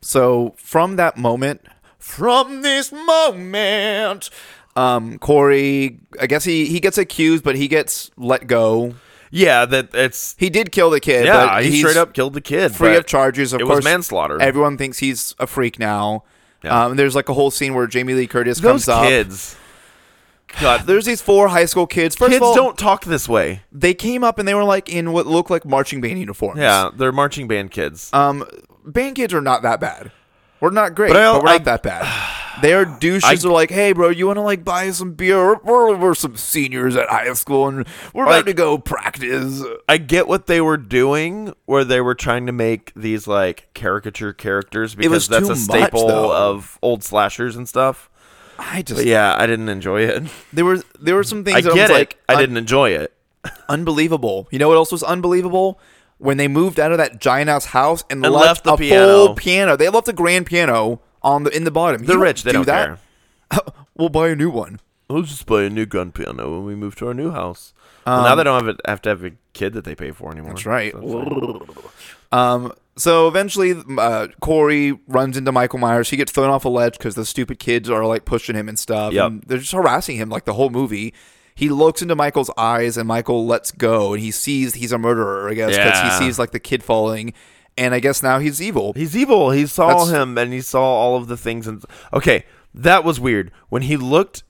So from that moment, from this moment, um, Corey, I guess he he gets accused, but he gets let go. Yeah, that it's He did kill the kid. yeah. but He he's straight up killed the kid. free but of charges. Of it course, was manslaughter. Everyone thinks he's a freak now. Yeah. Um, there's like a whole scene where Jamie Lee Curtis Those comes up. kids. God, There's these four high school kids. First kids of all, don't talk this way. they came up and they were like in what looked like marching band uniforms. Yeah, they're marching band kids. Um, band kids are not that bad. We're not great, But but, I- we're I- not that bad. They are douches. They're like, hey, bro, you want to like buy us some beer? We're- We're, we're some seniors at high school and we're Like- about to go practice. I get what they were doing, where they were trying to make these like caricature characters because was that's too a much, staple though. of old slashers and stuff. I just But yeah, I didn't enjoy it. there were there were some things I that I get was it. like I un- didn't enjoy it. unbelievable. You know what else was unbelievable? When they moved out of that giant ass house and, And left left, the a piano. full piano. They left a grand piano on the in the bottom. You They're don't rich. They do do not that. care. We'll buy a new one. Let's just buy a new grand piano when we move to our new house. Well, now they don't have, a, have to have a kid that they pay for anymore. Um, That's right. So fine. Um, so eventually, uh, Corey runs into Michael Myers. He gets thrown off a ledge because the stupid kids are like pushing him and stuff. Yep. And they're just harassing him like the whole movie. He looks into Michael's eyes and Michael lets go and he sees he's a murderer, I guess, because Yeah. he sees like the kid falling. And I guess now he's evil. He's evil. He saw That's- him and he saw all of the things. And okay, that was weird when he looked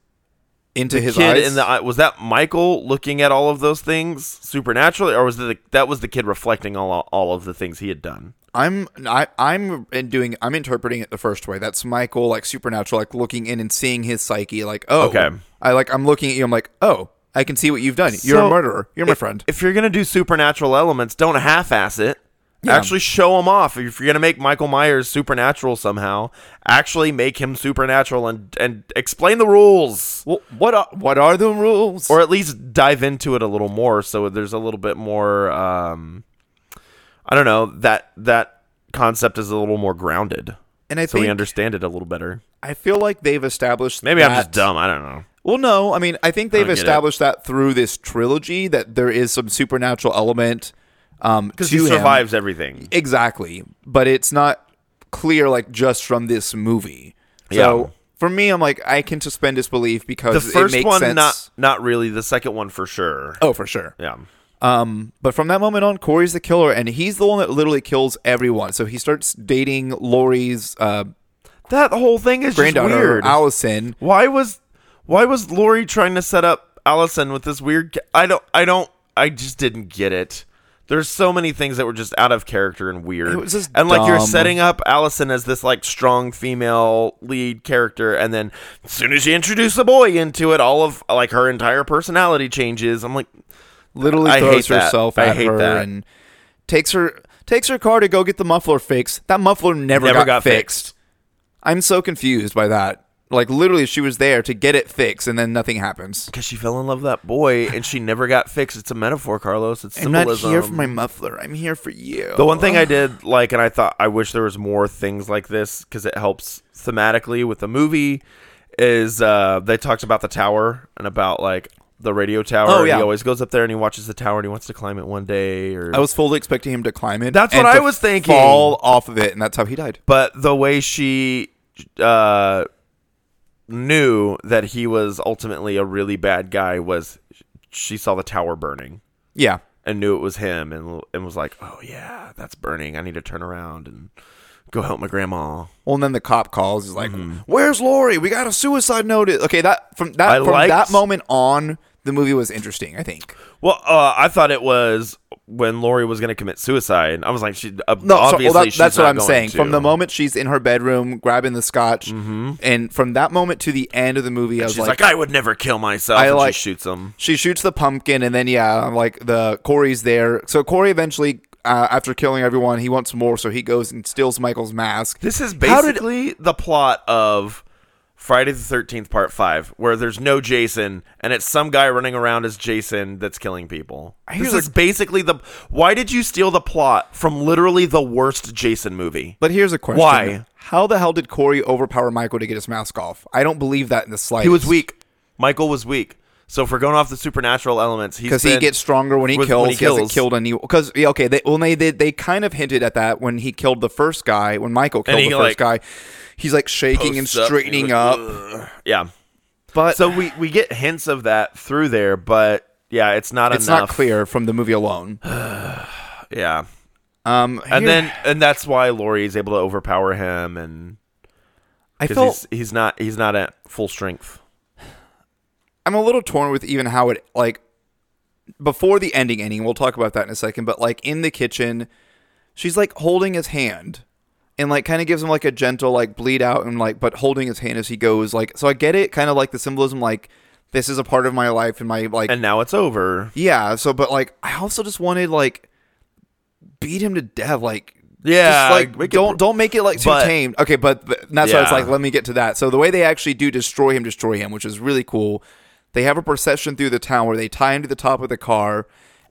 into his kid eyes. in the eye was that Michael looking at all of those things supernaturally, or was the, that was the kid reflecting all all of the things he had done? I'm I, I'm in doing I'm interpreting it the first way. That's Michael like supernatural, like looking in and seeing his psyche. Like oh, Okay. I like I'm looking at you. I'm like oh, I can see what you've done. You're So, a murderer. You're my if- friend. If you're gonna do supernatural elements, don't half-ass it. Actually, show them off. If you're gonna make Michael Myers supernatural somehow, actually make him supernatural and and explain the rules, well, what are, what are the rules? or at least dive into it a little more. So there's a little bit more. Um, I don't know that that concept is a little more grounded, and I so we think- understand it a little better. I feel like they've established. Maybe I'm just that- dumb. I don't know. Well, no, I mean, I think they've get it. established that through this trilogy that there is some supernatural element. Um, Because to he him. survives everything. exactly, but it's not clear like just from this movie. So Yeah. for me, I'm like I can suspend disbelief The because first it makes one, sense. not not really. The second one, for sure. oh, for sure. Um, Yeah. But from that moment on, Corey's the killer, and he's the one that literally kills everyone. So he starts dating Lori's uh, That whole thing is just granddaughter weird. Allison. why was why was Lori trying to set up Allison with this weird? ca- I don't. I don't. I just didn't get it. There's so many things that were just out of character and weird. It was just and like you're dumb. setting up Allison as this like strong female lead character, and then as soon as you introduce a boy into it, all of like her entire personality changes. I'm like, Literally I throws hate that. herself I at hate her that. and takes her takes her car to go get the muffler fixed. That muffler never, Never got, got fixed. fixed. I'm so confused by that. Like literally, she was there to get it fixed, and then nothing happens. because she fell in love with that boy and she never got fixed. It's a metaphor, Carlos. It's I'm symbolism. not here for my muffler. I'm here for you. The one thing I did like, and I thought I wish there was more things like this because it helps thematically with the movie. Is uh, they talked about the tower and about like the radio tower. Oh, and yeah. he always goes up there and he watches the tower and he wants to climb it one day. Or I was fully expecting him to climb it. That's and what to I was thinking. Fall off of it, and that's how he died. but the way she uh, knew that he was ultimately a really bad guy was she saw the tower burning Yeah. and knew it was him and and was like, oh yeah, that's burning. I need to turn around and go help my grandma. Well, and then the cop calls. He's like, "Where's Lori? We got a suicide notice." Okay, that from that I from liked- that moment on, the movie was interesting. I think. Well, uh, I thought it was when Lori was going to commit suicide. I was like, she uh, No, so- obviously well, that- she's that's what not I'm going saying. to. From the moment she's in her bedroom grabbing the scotch, and from that moment to the end of the movie, I was she's like, I would never kill myself. I and like- she shoots him. she shoots the pumpkin, and then yeah, like the Corey's there. So Corey eventually, uh, after killing everyone, he wants more, so he goes and steals Michael's mask. This is How did- basically the plot of Friday the Thirteenth Part Five, where there's no Jason and it's some guy running around as Jason that's killing people. This Here's is basically the. Why did you steal the plot from literally the worst Jason movie? But here's a question: Why? How the hell did Corey overpower Michael to get his mask off? I don't believe that in the slightest. He was weak. Michael was weak. So if we're going off the supernatural elements, he's because he been- gets stronger when he with- kills. when he, hasn't killed any because yeah, okay. They, well, they, they they kind of hinted at that when he killed the first guy when Michael And killed he, the first like, guy. He's like shaking and posts up and he straightening was- up. Yeah. But So we we get hints of that through there, but yeah, it's not it's enough. not clear from the movie alone. Yeah. Um, And here- then and that's why Laurie is able to overpower him and I because felt he's, he's not he's not at full strength. I'm a little torn with even how it like before the ending ending. We'll talk about that in a second. But like in the kitchen, she's like holding his hand and like kind of gives him like a gentle like bleed out and like but holding his hand as he goes. Like so, I get it. Kind of like the symbolism. Like this is a part of my life and my like And now it's over. yeah. So but like I also just wanted like beat him to death. Like Yeah, just, like we could- don't don't make it like too but- tame. Okay, but, but that's why it's Yeah. like let me get to that. So the way they actually do destroy him, destroy him, which is really cool. They have a procession through the town where they tie him to the top of the car,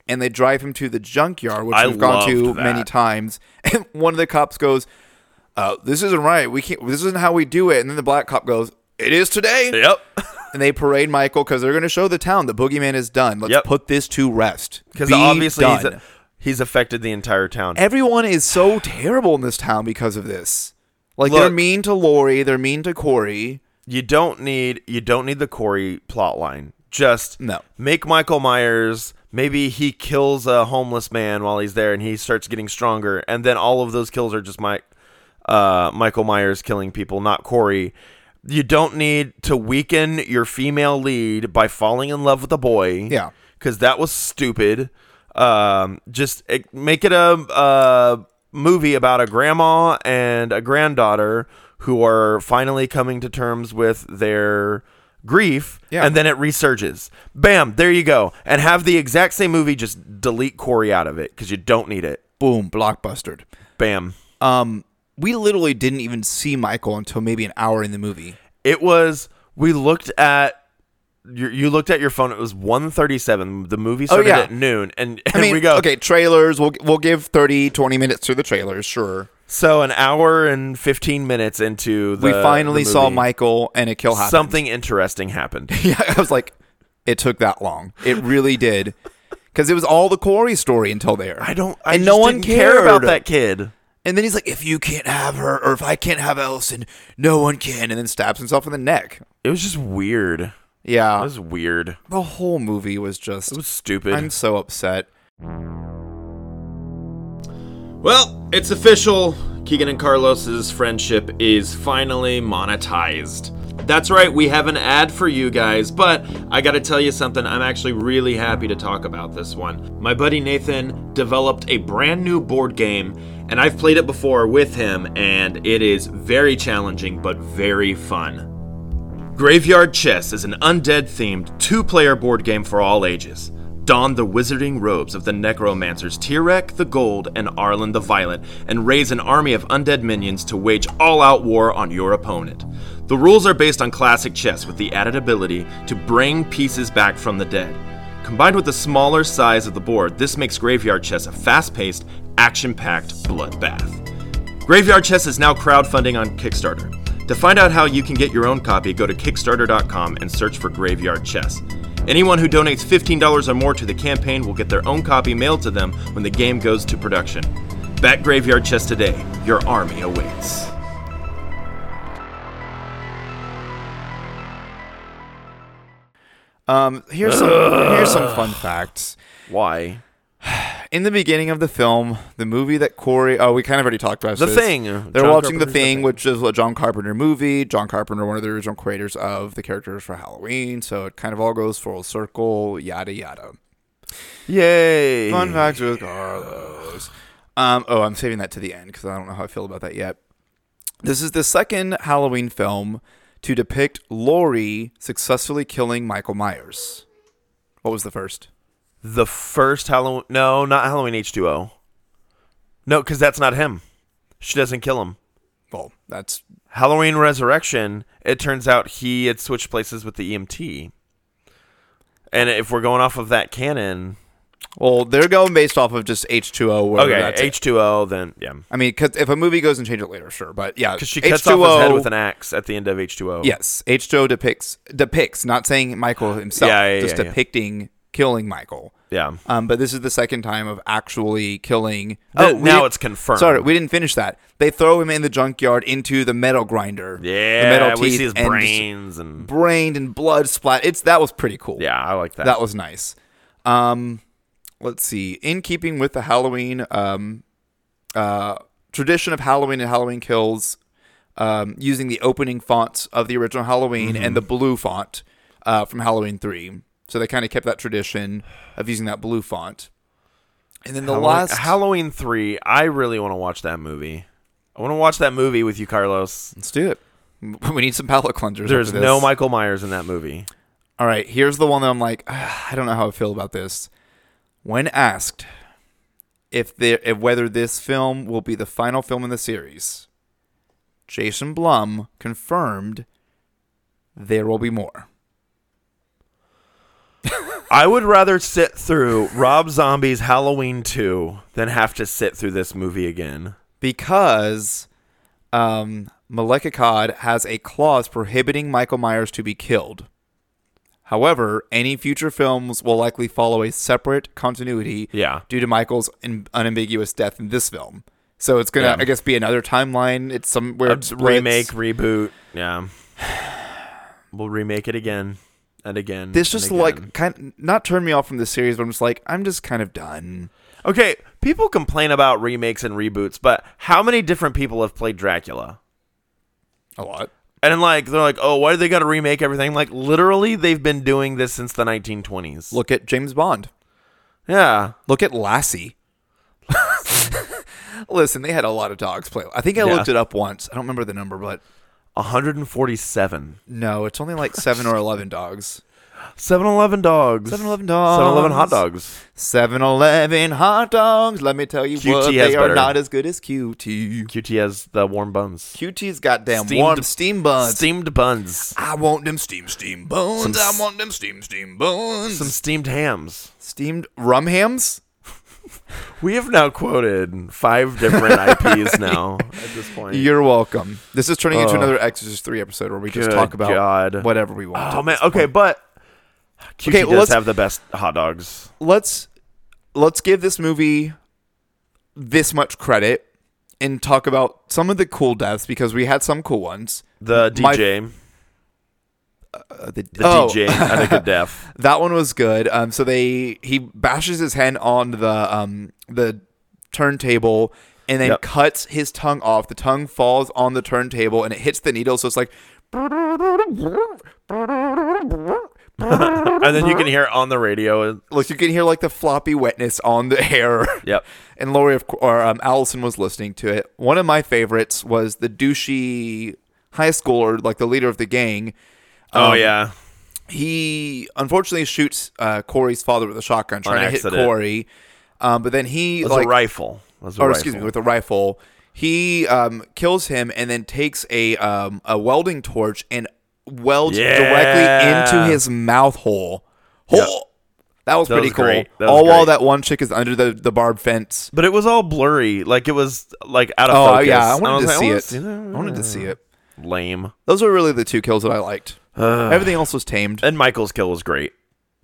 and they drive him to the junkyard, which I we've gone to loved that. many times. And one of the cops goes, uh, "This isn't right. We can't. This isn't how we do it." And then the black cop goes, "It is today." Yep. And they parade Michael because they're going to show the town the boogeyman is done. Let's Yep. put this to rest Because Be obviously he's, done." he's affected the entire town. everyone is so terrible in this town because of this. Like they're Look- mean to Lori, they're mean to Corey. you don't need you don't need the Corey plot line. Just No. Make Michael Myers. Maybe he kills a homeless man while he's there, and he starts getting stronger, and then all of those kills are just Mike, uh, Michael Myers killing people, not Corey. You don't need to weaken your female lead by falling in love with a boy. Yeah. Because that was stupid. Um, just eh, make it a, a movie about a grandma and a granddaughter who are finally coming to terms with their grief. Yeah. And then it resurges. Bam, there you go. And have the exact same movie, just delete Corey out of it because you don't need it. Boom, blockbustered. Bam. Um, we literally didn't even see Michael until maybe an hour in the movie. It was we looked at you, you looked at your phone. It was 1.37. The movie started Oh, yeah. at noon, and, and I mean, we go okay, trailers. We'll we'll give 30, 20 minutes to the trailers. Sure. So an hour and fifteen minutes into the we finally the saw movie, Michael and a kill happen. Something interesting happened. Yeah, I was like, it took that long. It really did, because it was all the Corey story until there. I don't. I and just no one didn't care about cared. that kid. And then he's like, if you can't have her, or if I can't have Ellison, no one can. And then stabs himself in the neck. It was just weird. It Yeah, was weird. the whole movie was just. It was stupid. I'm so upset. Well, it's official. Keegan and Carlos's friendship is finally monetized. That's right, we have an ad for you guys, but I gotta tell you something, I'm actually really happy to talk about this one. My buddy Nathan developed a brand new board game, and I've played it before with him, and it is very challenging but very fun. Graveyard Chess is an undead themed two player board game for all ages. Don the wizarding robes of the necromancers Tirek the Gold and Arlen the Violent and raise an army of undead minions to wage all out war on your opponent. The rules are based on classic chess with the added ability to bring pieces back from the dead. Combined with the smaller size of the board, this makes Graveyard Chess a fast paced, action packed bloodbath. Graveyard Chess is now crowdfunding on Kickstarter. To find out how you can get your own copy, go to Kickstarter.com and search for Graveyard Chess. Anyone who donates $15 or more to the campaign will get their own copy mailed to them when the game goes to production. Back Graveyard Chess today. Your army awaits. Um, here's some here's some fun facts. Why? In the beginning of the film, the movie that Corey oh we kind of already talked about The this. Thing. They're John watching Carpenter's The the thing, Thing. which is a John Carpenter movie. John Carpenter, one of the original creators of the characters for Halloween, so it kind of all goes full circle. Yada yada. Yay! Fun facts with Carlos. Um, oh, I'm saving that to the end because I don't know how I feel about that yet. This is the second Halloween film to depict Laurie successfully killing Michael Myers. What was the first? The first Halloween. No, not Halloween H2O. No, because that's not him. She doesn't kill him. Well, that's Halloween Resurrection, it turns out he had switched places with the EMT. And if we're going off of that canon, well, they're going based off of just H2O. Where okay, that's it. Uh, H2O, then yeah. I mean, 'cause if a movie goes and change it later, sure, but yeah, Because she cuts off his head with an axe at the end of H2O. Yes, H2O depicts depicts, not saying Michael himself, Yeah, yeah, just yeah, yeah. depicting killing Michael. Yeah. Um, but this is the second time of actually killing. Oh, Th- we now didn't- it's confirmed. Sorry, we didn't finish that. They throw him in the junkyard into the metal grinder. Yeah. the metal we teeth see his and just brains and brained and blood splat. It's that was pretty cool. yeah, I like that. that was nice. Um, let's see. In keeping with the Halloween um, uh, tradition of Halloween and Halloween Kills, um, using the opening fonts of the original Halloween Mm-hmm. and the blue font uh, from Halloween Three, so they kind of kept that tradition of using that blue font. And then the Halloween, last Halloween three. I really want to watch that movie. I want to watch that movie with you, Carlos. Let's do it. We need some palate cleansers. There's after no this. Michael Myers in that movie. All right, here's the one that I'm like, "Ah, I don't know how I feel about this. When asked if there, if whether this film will be the final film in the series, Jason Blum confirmed there will be more. I would rather sit through Rob Zombie's Halloween 2 than have to sit through this movie again. because um, Maleka Cod has a clause prohibiting Michael Myers to be killed. However, any future films will likely follow a separate continuity Yeah. due to Michael's in- unambiguous death in this film. So it's gonna, Yeah. I guess, be another timeline. It's somewhere A it splits. remake, reboot. Yeah. We'll remake it again and again. This and just again. like kind not turned me off from the series, but I'm just like, I'm just kind of done. Okay, people complain about remakes and reboots, but how many different people have played Dracula? A lot. And like they're like, oh, why do they got to remake everything? Like literally, they've been doing this since the 1920s. Look at James Bond. yeah, Look at Lassie. Listen, they had a lot of dogs play. I think I Yeah. looked it up once. I don't remember the number, but 147, no, it's only like seven or eleven dogs. 7-Eleven dogs, 7-Eleven 7-Eleven hot dogs. dogs. 7-Eleven hot dogs. Let me tell you what, QT has they are better. not as good as QT. QT has the warm buns, QT's goddamn warm steam buns. steamed buns, I want them steam steam buns. Some s- I want them steam steam buns. some steamed hams. steamed rum hams. We have now quoted five different IPs now at this point. You're welcome. This is turning into another Exorcist three episode where we just Good talk about God. whatever we want. oh man, okay, but QT Okay, well, does let's- have the best hot dogs. let's let's give this movie this much credit and talk about some of the cool deaths because we had some cool ones. The My- DJ, Uh, the the DJ had a good death. That one was good. Um, so they he bashes his hand on the um the turntable and then Yep. cuts his tongue off. The tongue falls on the turntable and it hits the needle, so it's like and then you can hear it on the radio. like you can hear like the floppy wetness on the hair. Yep. And Lori of cour- or um, Allison was listening to it. One of my favorites was the douchey high schooler, like the leader of the gang. Oh Um, yeah, he unfortunately shoots uh, Corey's father with a shotgun, trying to hit accident. Corey. Um, but then he it was like a rifle. It was a rifle. or Oh, excuse me, with a rifle. He um, kills him and then takes a um, a welding torch and welds Yeah. directly into his mouth hole. Yep. Hole. That was That pretty was cool. great. That was All while great. that one chick is under the, the barb fence. But it was all blurry. Like it was like out of Oh focus. yeah, I And wanted was to like, see wanna it. I wanted to see it. that. Lame. Those were really the two kills that I liked. Everything else was tamed. And Michael's kill was great.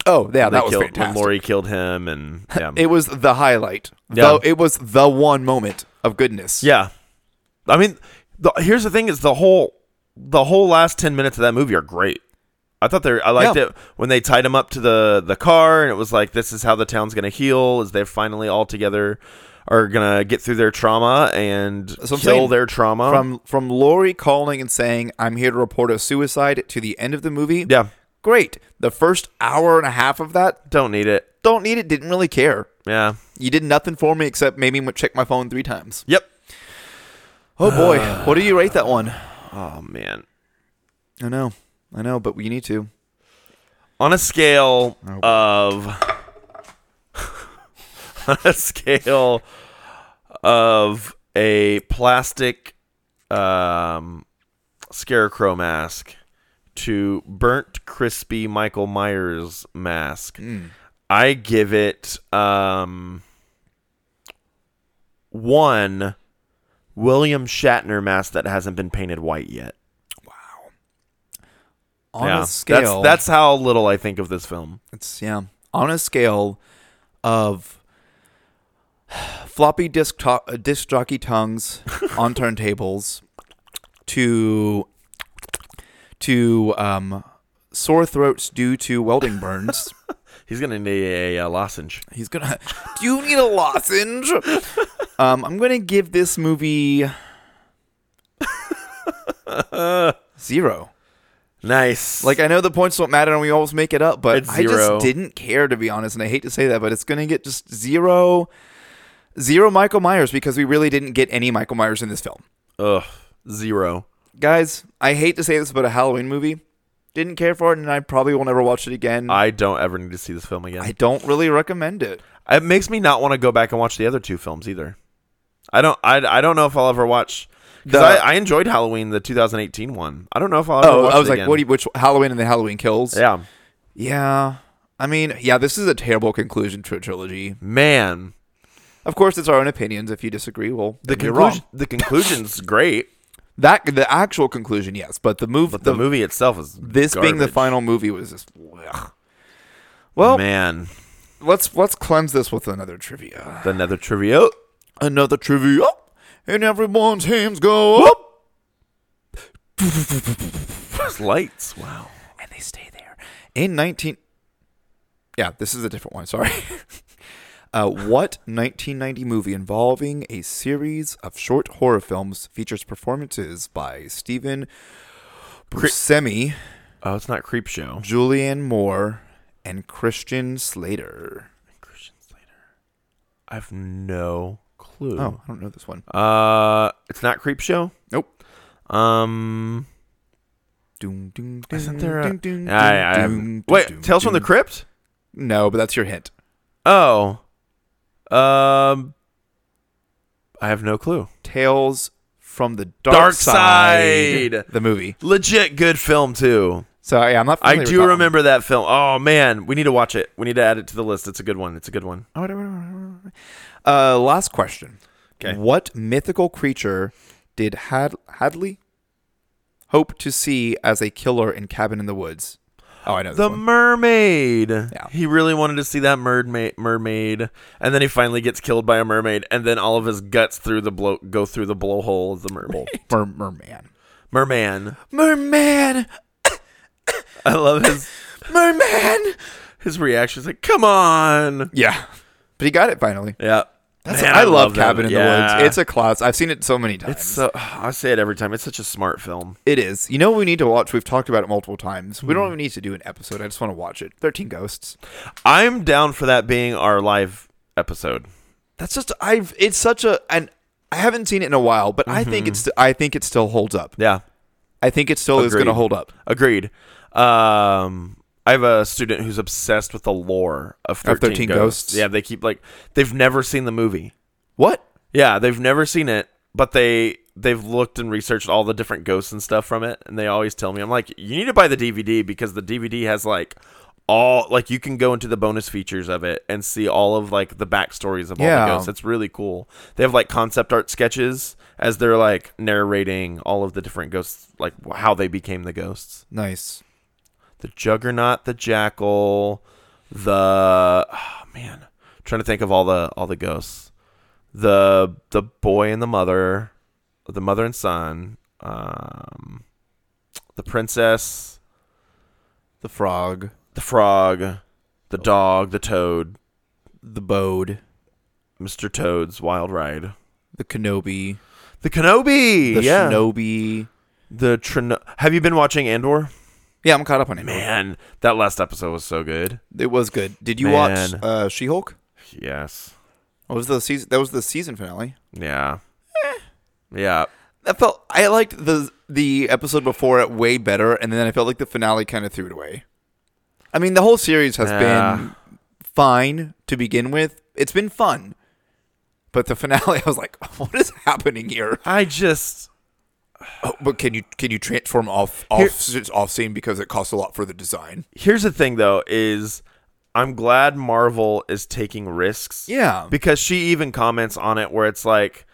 Oh yeah, that was killed, fantastic. When Lori killed him, and yeah, It was the highlight. Yeah. Though it was the one moment of goodness. yeah. I mean, the, here's the thing: is the whole the whole last ten minutes of that movie are great. I thought they I liked Yeah. it when they tied him up to the the car, and it was like, this is how the town's gonna heal. Is they're finally all together. Are gonna get through their trauma and what kill I'm saying. their trauma. From from Lori calling and saying, "I'm here to report a suicide" to the end of the movie. Yeah. Great. The first hour and a half of that, Don't need it. don't need it. Didn't really care. Yeah. You did nothing for me except maybe check my phone three times. Yep. Oh boy, what do you rate that one? Oh man. I know, I know, but we need to. on a scale of on a scale of a plastic um, scarecrow mask to burnt crispy Michael Myers mask, Hmm. I give it um, one William Shatner mask that hasn't been painted white yet. On yeah, a scale, that's that's how little I think of this film. It's yeah. On a scale of floppy disk to- uh, disc jockey tongues on turntables to to um, sore throats due to welding burns. He's gonna need a, a lozenge. He's gonna. Do you need a lozenge? um, I'm gonna give this movie zero. Nice. Like I know the points don't matter and we always make it up, but It's I zero. just didn't care to be honest, and I hate to say that, but it's gonna get just zero zero Michael Myers because we really didn't get any Michael Myers in this film. ugh, zero. Guys, I hate to say this about a Halloween movie. Didn't care for it and I probably will never watch it again. I don't ever need to see this film again. I don't really recommend it. it makes me not want to go back and watch the other two films either. I don't. I, I don't know if I'll ever watch. Because The- I, I enjoyed Halloween, the 2018 one. I don't know if I'll. Ever Oh, watch I was it like, again. what do you, which Halloween and the Halloween kills? Yeah, Yeah. I mean, yeah, this is a terrible conclusion to a trilogy. man. Of course, it's our own opinions. If you disagree, well, The then you're wrong. conclusion. The conclusion's great, That the actual conclusion, yes, but the move, but the, movie itself is this being the garbage. final movie was just ugh. well Man, let's let's cleanse this with another trivia the nether trivia. Oh, another trivia and everyone's hands go up Those lights. Wow. and they stay there in 19 yeah this is a different one sorry uh, what 1990 movie involving a series of short horror films features performances by Stephen Buscemi, Oh, it's not Creep Show. Julianne Moore, and Christian Slater. Christian Slater. I have no clue. Oh, I don't know this one. Uh, it's not Creep Show. Nope. Um, Doom, doom, isn't doom, there a? doom, doom, I- I doom, have- doom, doom, wait, Tales from the doom. Crypt. No, but that's your hint. Oh. Um. I have no clue. Tales from the Dark, Dark side, Side. The movie. Legit good film too. So yeah, I'm not. I familiar with do that one. remember that film. Oh man, we need to watch it. We need to add it to the list. It's a good one. It's a good one. Uh, last question. 'Kay. What mythical creature did Had- Hadley hope to see as a killer in Cabin in the Woods? Oh, I know The this one. mermaid. Yeah. He really wanted to see that mermaid, mermaid, and then he finally gets killed by a mermaid, and then all of his guts through the blow go through the blowhole of the mermaid. Mer- merman. Merman. Merman. I love his Merman. his reactions. Like, come on. Yeah, but he got it finally. Yeah. That's Man, I, love, that Cabin movie. in the Yeah. Woods. It's a class. I've seen it so many times. It's so I say it every time. It's such a smart film. It is. You know what we need to watch? We've talked about it multiple times. We don't even need to do an episode. I just want to watch it. 13 Ghosts. I'm down for that being our live episode. That's just I've it's such a and I haven't seen it in a while, but I think it's I think it still holds up. Yeah. I think it still is Agreed. going to hold up. Agreed. Um I have a student who's obsessed with the lore of 13, Of 13 ghosts. Ghosts. Yeah, they keep like they've never seen the movie. What? Yeah, they've never seen it, but they they've looked and researched all the different ghosts and stuff from it, and they always tell me, I'm like, you need to buy the DVD because the DVD has like all like you can go into the bonus features of it and see all of like the backstories of all Yeah. the ghosts. It's really cool. They have like concept art sketches as they're like narrating all of the different ghosts, like wh- how they became the ghosts. Nice. The Juggernaut, the Jackal, the oh, man, trying to think of all the all the ghosts. The the boy and the mother, the mother and son, um, the princess, The frog, the frog, the dog, the toad, the bode, Mr. Toad's Wild Ride, the Kenobi, the Kenobi, the yeah, Shinobi. the Trino- Have you been watching Andor? Yeah, I'm caught up on it. Man, that last episode was so good. It was good. Did you Man. watch uh, She-Hulk? Yes, What was the season? That was the season finale. yeah, Eh. yeah. That felt I liked the the episode before it way better, and then I felt like the finale kind of threw it away. I mean, the whole series has Yeah. been fine to begin with. It's been fun, but the finale, I was like, "What is happening here?" I just Oh, but can you can you transform off off off scene because it costs a lot for the design? here's the thing though is i'm glad marvel is taking risks Yeah. because she even comments on it where it's like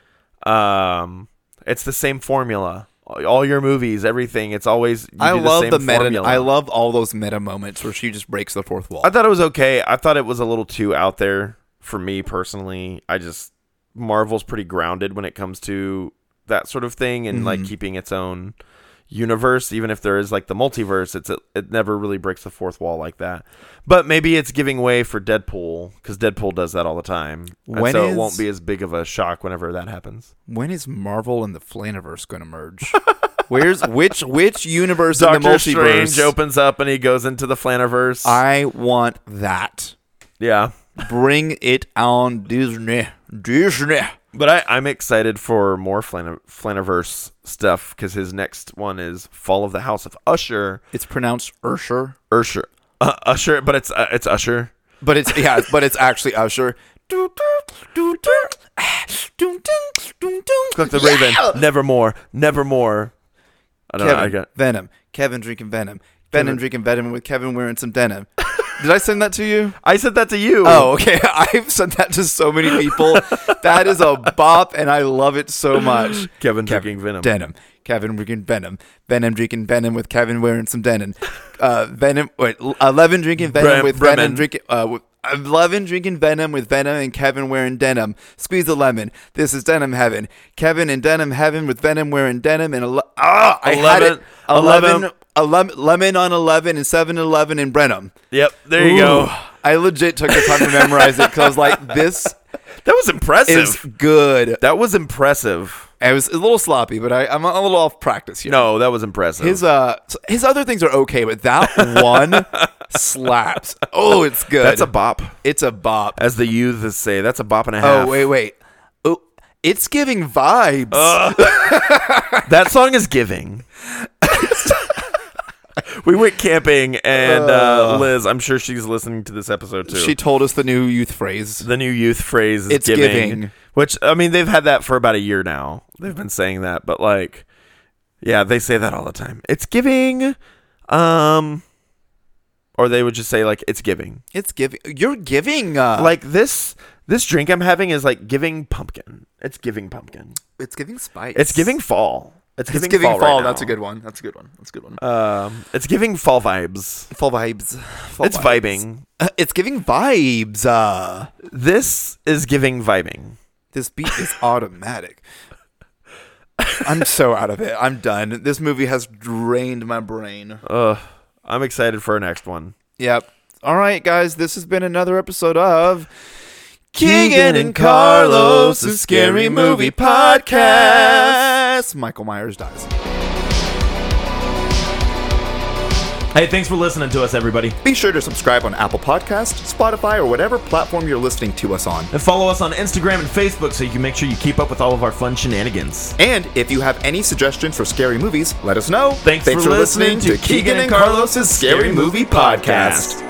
um it's the same formula all your movies everything it's always you I do love same the, meta. formula. I love all those meta moments where she just breaks the fourth wall. i thought it was okay i thought it was a little too out there for me personally i just marvel's pretty grounded when it comes to that sort of thing and Mm-hmm. like keeping its own universe even if there is like the multiverse it's it, it never really breaks the fourth wall like that but maybe it's giving way for deadpool because deadpool does that all the time and When so is- it won't be as big of a shock whenever that happens when is Marvel and the Flaniverse going to merge? Where's which which universe in the doctor multiverse? strange opens up and he goes into the flaniverse I want that. yeah Bring it on Disney. Disney. but I, i'm excited for more Flan- flaniverse stuff because his next one is fall of the house of usher It's pronounced Ursher, usher uh, usher but it's uh, it's usher but it's yeah, but it's actually Usher. Click Click the the Raven. Nevermore. Nevermore. I don't know. I Oh. Kevin, got Venom. Kevin drinking Venom. Venom Kevin- drinking Venom with Kevin wearing some denim. Did I send that to you? I said that to you. Oh, okay. I've sent that to so many people. that is a bop, and I love it so much. Kevin drinking Venom. Denim. Kevin drinking Venom. Venom drinking Venom with Kevin wearing some denim. Uh, Venom. Wait, eleven drinking Venom Brem- with Bremen. Venom drinking. Uh, with, Eleven drinking Venom with Venom and Kevin wearing denim. Squeeze the lemon. This is denim heaven. Kevin and denim heaven with Venom wearing denim and ele- ah, I had it. 11. 11, 11, lemon on eleven and 7-Eleven and Brenham. Yep. There you Ooh. go. I legit took the time to memorize it because I was like, this That was impressive. is good. that was impressive. It was a little sloppy, but I, I'm a little off practice here. No, that was impressive. His uh, s- his other things are okay, but that one slaps. Oh, it's good. That's a bop. It's a bop. As the youths say, that's a bop and a half. Oh wait, wait. Oh, it's giving vibes. That song is giving. we went camping, and uh, Liz, I'm sure she's listening to this episode too. she told us the new youth phrase. the new youth phrase is It's giving, giving. Which, I mean, they've had that for about a year now. They've been saying that, but like, yeah, they say that all the time. It's giving. Um, or they would just say, like, it's giving. It's giving. You're giving. Uh, like, this. This drink I'm having is like giving pumpkin. It's giving pumpkin. it's giving spice. It's giving fall. It's It's giving, giving fall. fall. right That's a now. good one. That's a good one. That's a good one. Um, it's giving fall vibes. fall vibes. Fall it's vibes. vibing. Uh, it's giving vibes. Uh, This is giving vibing. this beat is automatic. I'm so out of it. I'm done. This movie has drained my brain. Ugh, I'm excited for our next one. Yep. All right, guys. This has been another episode of Keegan and Carlos, a scary movie podcast. Michael Myers dies. Hey, thanks for listening to us, everybody. Be sure to subscribe on Apple Podcasts, Spotify, or whatever platform you're listening to us on. And follow us on Instagram and Facebook so you can make sure you keep up with all of our fun shenanigans. And if you have any suggestions for scary movies, let us know. Thanks for listening to Keegan and Carlos's Scary Movie Podcast.